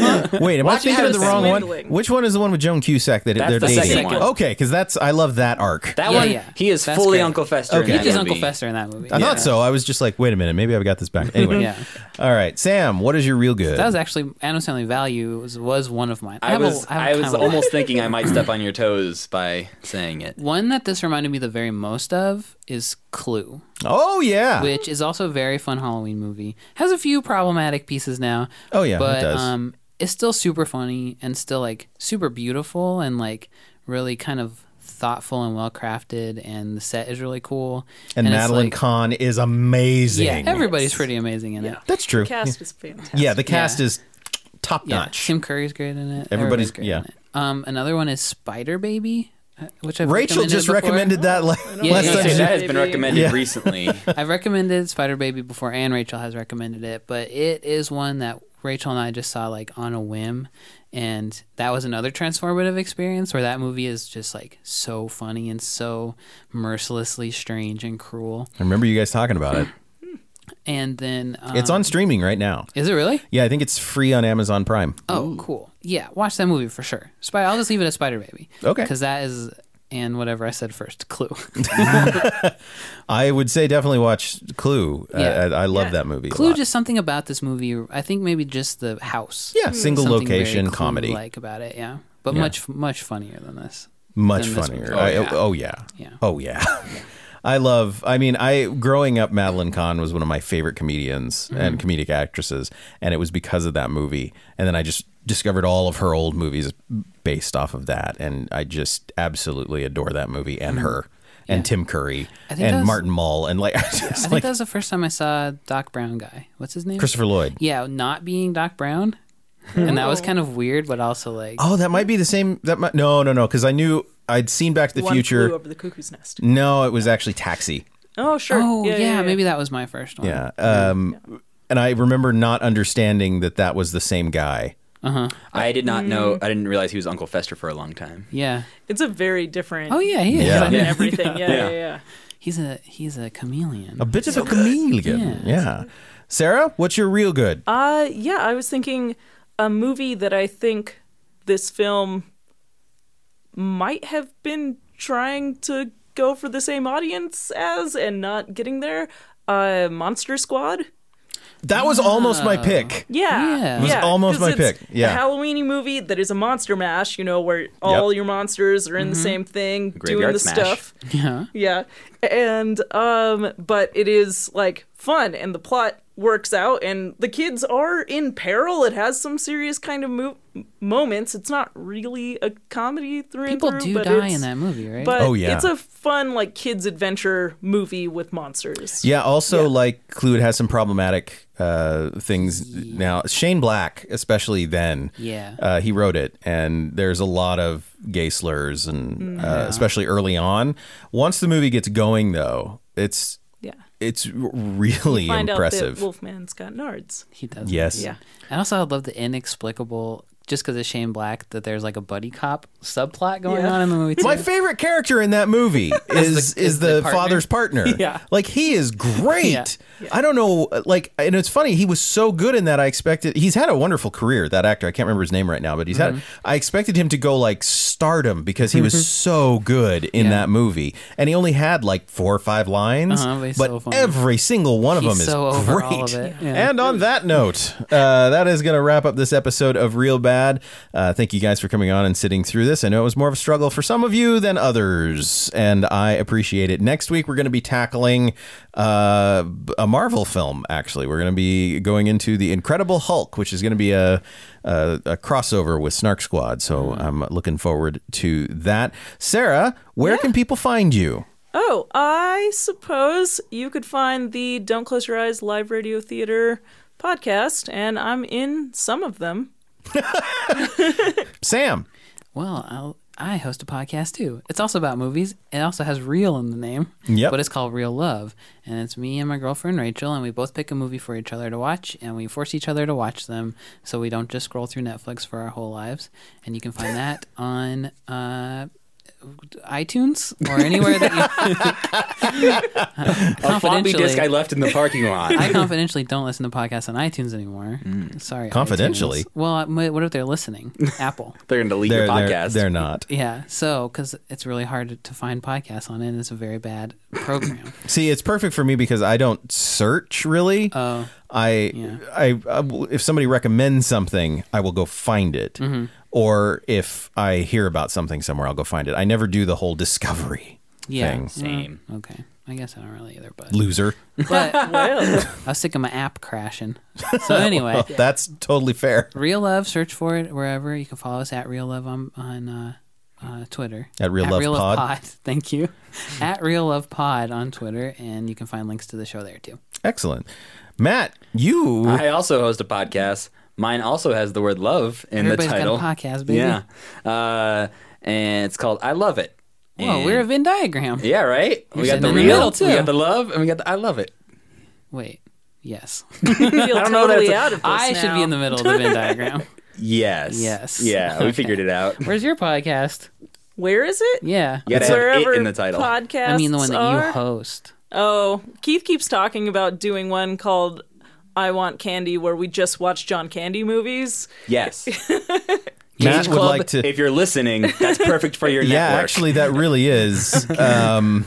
am I
Watch
thinking of the
Adam's
wrong
Swindling.
one? Which one is the one with Joan Cusack that
That's
they're
the
dating?
second one.
Okay, because that's I love that arc.
that
Yeah,
one?
yeah.
He is
That's
fully
great.
Uncle Fester.
Okay. He
in that
He's Uncle
movie.
Fester in that movie.
I thought so. I was just like, wait a minute, maybe I've got this back. Anyway,
Yeah.
All right, Sam, what is your real good?
That was actually Adam's Family Values was one of mine.
I,
have a-
was
have
I, was
kind of a-
almost thinking I might step on your toes by saying it.
one that this reminded me the very most of is Clue,
oh yeah.
which is also a very fun Halloween movie. Has a few problematic pieces now.
Oh, yeah, it
but
does.
um, it's still super funny and still like super beautiful and like really kind of thoughtful and well crafted, and the set is really cool.
and,
it's,
Madeline
like-
Kahn is amazing.
Yeah, everybody's pretty amazing in it.
That's true.
Cast is fantastic.
Yeah, the cast
Yeah.
is top
Yeah,
notch.
Tim Curry's great in it.
Everybody's-
great
yeah.
in it. Um, another one is Spider Baby, uh, which I've
Rachel
recommended
just
before.
recommended that la-
[LAUGHS] Yeah,
last
yeah,
time.
yeah.
she-
that has been
Maybe.
recommended
Yeah.
[LAUGHS]
recently.
I've recommended Spider Baby before, and Rachel has recommended it, but it is one that Rachel and I just saw like on a whim, and that was another transformative experience where that movie is just like so funny and so mercilessly strange and cruel.
I remember you guys talking about it.
And then um,
It's on streaming right now.
Is it really?
Yeah, I think it's free on Amazon Prime.
Oh, cool. Yeah, watch that movie for sure. Spy. I'll just leave it as Spider Baby.
Okay.
Because that is and whatever I said first, Clue. [LAUGHS]
I would say definitely watch Clue. Uh,
Yeah.
I, I love that movie. a
Clue.
lot.
Just something about this movie. I think maybe just the house.
yeah,
Hmm.
single
Something very
location comedy,
Like about it, yeah. But
Yeah.
much much funnier than this.
much
than this
funnier.
one.
I-
Oh, yeah.
Oh yeah.
Yeah.
Oh yeah. [LAUGHS] I love. I mean, I growing up, Madeline Kahn was one of my favorite comedians and
Mm-hmm.
comedic actresses, and it was because of that movie. And then I just discovered all of her old movies based off of that, and I just absolutely adore that movie and her and Tim Curry
Mm-hmm. I think
and
that's-
Martin Mull and like [LAUGHS] I just
I think
like
that was the first time I saw Doc Brown guy. What's his name?
Christopher Lloyd.
Yeah, not being Doc Brown, and
Oh.
that was kind of weird, but also like
Oh, that might be the same. That might, no, no, no, because I knew I'd seen Back to the
One
Future.
flew over the cuckoo's nest.
no, it was actually Taxi.
Oh sure.
oh yeah,
yeah,
maybe that was my first one.
Yeah. Um, And I remember not understanding that that was the same guy.
I did not
Mm.
know. I didn't realize he was Uncle Fester for a long time.
yeah.
It's a very different.
Oh yeah, he is.
Yeah. [LAUGHS]
I
and
didn't-
everything. Yeah, yeah,
Yeah.
yeah.
He's a he's a chameleon.
A bit of a chameleon.
Yeah.
Yeah. Sarah, what's your real good?
Uh, yeah, I was thinking a movie that I think this film might have been trying to go for the same audience as and not getting there. Uh, Monster Squad.
That was almost my pick.
Yeah,
Yeah. It was
almost
'cause
my
it's
pick, yeah.
a Halloweeny movie that is a monster mash. You know, where all your monsters are in the
Mm-hmm.
same thing, doing
Graveyard
the
smash.
stuff.
yeah.
Yeah. And um but it is like fun and the plot works out and the kids are in peril. It has some serious kind of mo- moments. It's not really a comedy through
People
and through.
do
but
die
it's-
in that movie, right?
But
Oh, yeah.
it's a fun like kids adventure movie with monsters.
Yeah. Also, like Clued has some problematic uh, things now. Shane Black, especially then.
Yeah.
Uh, he wrote it, and there's a lot of gay slurs, and uh, especially early on. Once the movie gets going, though, it's
Yeah.
it's really
Find
impressive.
out that Wolfman's got nards.
he does.
yes.
Yeah.
And also, I love the inexplicable, just because of Shane Black, that there's like a buddy cop subplot going
Yeah.
on in the movie. Too.
My favorite character in that movie is is
the-
the,
[LAUGHS] is the partner?
father's partner.
[LAUGHS] Yeah.
like he is great.
Yeah.
I don't know, like, and it's funny. He was so good in that. I expected he's had a wonderful career. That actor, I can't remember his name right now, but he's
Mm-hmm.
had. I expected him to go like stardom because he was so good in
Yeah.
that movie, and he only had like four or five lines,
Uh-huh, but he's
but
so funny.
every single one of
He's
them is
so over
great.
all of it, yeah.
And on that note, uh, that is going to wrap up this episode of Real Bad. Uh, thank you guys for coming on and sitting through this. I know it was more of a struggle for some of you than others, and I appreciate it. Next week, we're going to be tackling uh, a Marvel film, actually. We're going to be going into The Incredible Hulk, which is going to be a, a, a crossover with Snark Squad. So I'm looking forward to that. Sarah, where can people find you?
Oh, I suppose you could find the Don't Close Your Eyes live radio theater podcast, and I'm in some of
[LAUGHS]
them.
Sam.
Well, I'll, I host a podcast too. It's also about movies. It also has real in the name.
Yep.
But it's called Real Love. And it's me and my girlfriend Rachel, and we both pick a movie for each other to watch, and we force each other to watch them so we don't just scroll through Netflix for our whole lives. And you can
[LAUGHS]
find that on. Uh, iTunes or anywhere that you
[LAUGHS]
[LAUGHS]
A floppy disk I
confidentially.
left in the parking lot.
[LAUGHS]
[LAUGHS] I confidentially don't listen to podcasts on iTunes anymore. Sorry.
Mm. Confidentially?
iTunes. Well, I- what if
[LAUGHS]
they're listening? Apple.
They're going to delete your
they're-
podcast.
they're not.
Yeah, so because it's really hard to find podcasts on it, and it's a
[COUGHS]
very bad program.
See, it's perfect for me because I don't search really.
Oh.
I, I, I will- if somebody recommends something, I will go find it.
Mm-hmm.
Or if I hear about something somewhere, I'll go find it. I never do the whole discovery
Yeah,
thing.
Same.
Well, okay, I guess I don't really either,
[LAUGHS]
but
Loser.
but I
Well,
was sick of my app crashing. So
[LAUGHS]
anyway,
Well, that's totally fair.
real love. Search for it wherever you can follow us at real love on on uh, uh, Twitter
At Real Love Pod.
[LAUGHS] Thank you, at real love pod on Twitter, and you can find links to the show there too.
Excellent. Matt, you.
Mm. I also host a podcast. Mine also has the word love in
Everybody's
the
got a
title.
podcast, baby.
Yeah. Uh, and it's called I Love It.
Whoa,
And-
we're a Venn diagram.
Yeah, right? We got
sitting
the
in the
real,
middle, too.
we got the love, and we got the I Love It.
Wait, [LAUGHS] yes,
I feel
don't know that's
totally
a-
out of this
I should be
now.
in the middle of the Venn diagram.
Yes.
Yes.
Yeah, we figured it out.
[LAUGHS] Where's your podcast?
Where is it?
Yeah.
You gotta
It's
have
wherever
it in the title.
podcasts
I mean, the one that
are.
you host.
Oh, Keith keeps talking about doing one called "I Want Candy," where we just watch John Candy movies.
[LAUGHS]
yes.
Matt
Cage
would
Club,
like to.
If you're listening, that's perfect for
[LAUGHS]
your
yeah,
network.
actually, that really
[LAUGHS]
is. um,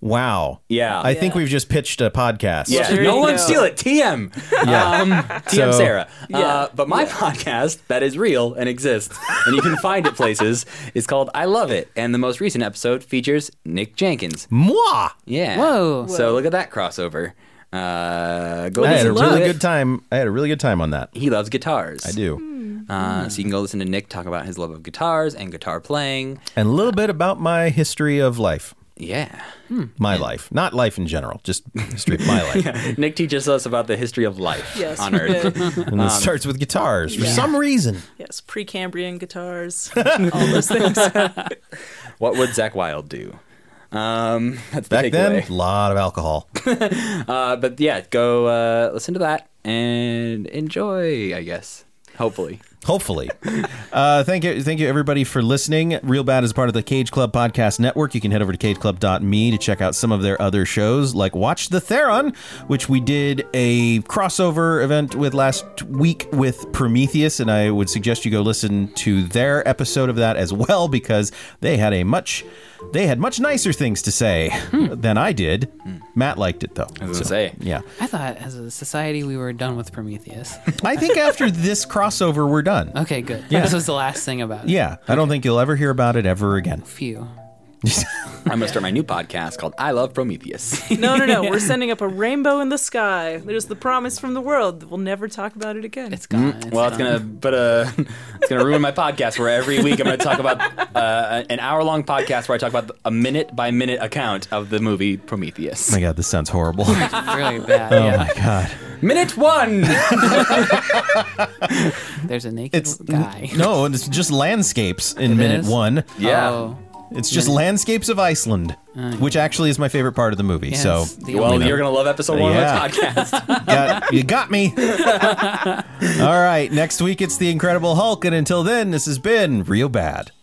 wow.
Yeah.
I think we've just pitched a podcast.
yeah.
there
No
you
one
go.
steal it.
[LAUGHS]
TM. Um, TM
So-
Sarah.
Yeah.
Uh, but my podcast that is real and exists, and you can find it places, is called I Love It. And the most recent episode features Nick Jenkins.
Moi.
Yeah.
Whoa.
So look at that crossover. Uh, go
I had a
listen to
really
it.
good time. I had a really good time on that.
He loves guitars.
I do.
Uh, so you can go listen to Nick talk about his love of guitars and guitar playing.
and a little bit about my history of life. [LAUGHS]
Yeah.
My life, not life in general, just history of my life.
Nick teaches us about the history of life
Yes,
[LAUGHS] on
we
Earth. [LAUGHS]
did.
And it starts with guitars for
yeah.
some reason.
yes,
[LAUGHS]
Precambrian guitars, all those things.
What would Zach Wilde do? Um, that's the
Back then,
takeaway.
a lot of alcohol.
Uh, but yeah, go uh, listen to that and enjoy. I guess. Hopefully.
Hopefully. [LAUGHS] Uh, thank you, thank you everybody for listening. Real Bad is part of the Cage Club Podcast Network. You can head over to cageclub.me to check out some of their other shows, like Watch the Theron, which we did a crossover event with last week with Prometheus, and I would suggest you go listen to their episode of that as well because they had a much they had much nicer things to say than I did. Matt liked it though.
Hmm. I was gonna say.
Yeah.
I thought as a society we were done with Prometheus.
I think after this crossover
[LAUGHS]
we're done.
Okay, good. This was the last thing about it.
Yeah. I don't think you'll ever hear about it ever again.
Phew.
I'm gonna start my new podcast called "I Love Prometheus." [LAUGHS]
[LAUGHS] No, no, no. We're sending up a rainbow in the sky. There's the promise from the world that we'll never talk about it again.
It's gone. It's
Mm-hmm. well, it's
done.
gonna but uh, it's gonna ruin my podcast where every week I'm gonna talk about uh, an hour long podcast where I talk about a minute by minute account of the movie Prometheus.
my god, this sounds horrible. oh
really
[LAUGHS]
bad.
my
yeah.
god.
minute one.
There's a naked
It's
guy.
no, it's just landscapes in minute
is?
one.
yeah.
Oh,
It's just landscapes of Iceland, which actually is my favorite part of the movie.
yes,
So
the
well,
only-
you're gonna love episode one
Yeah.
of my podcast.
got, you got
[LAUGHS]
me. All right, next week it's the Incredible Hulk, and until then, this has been real bad.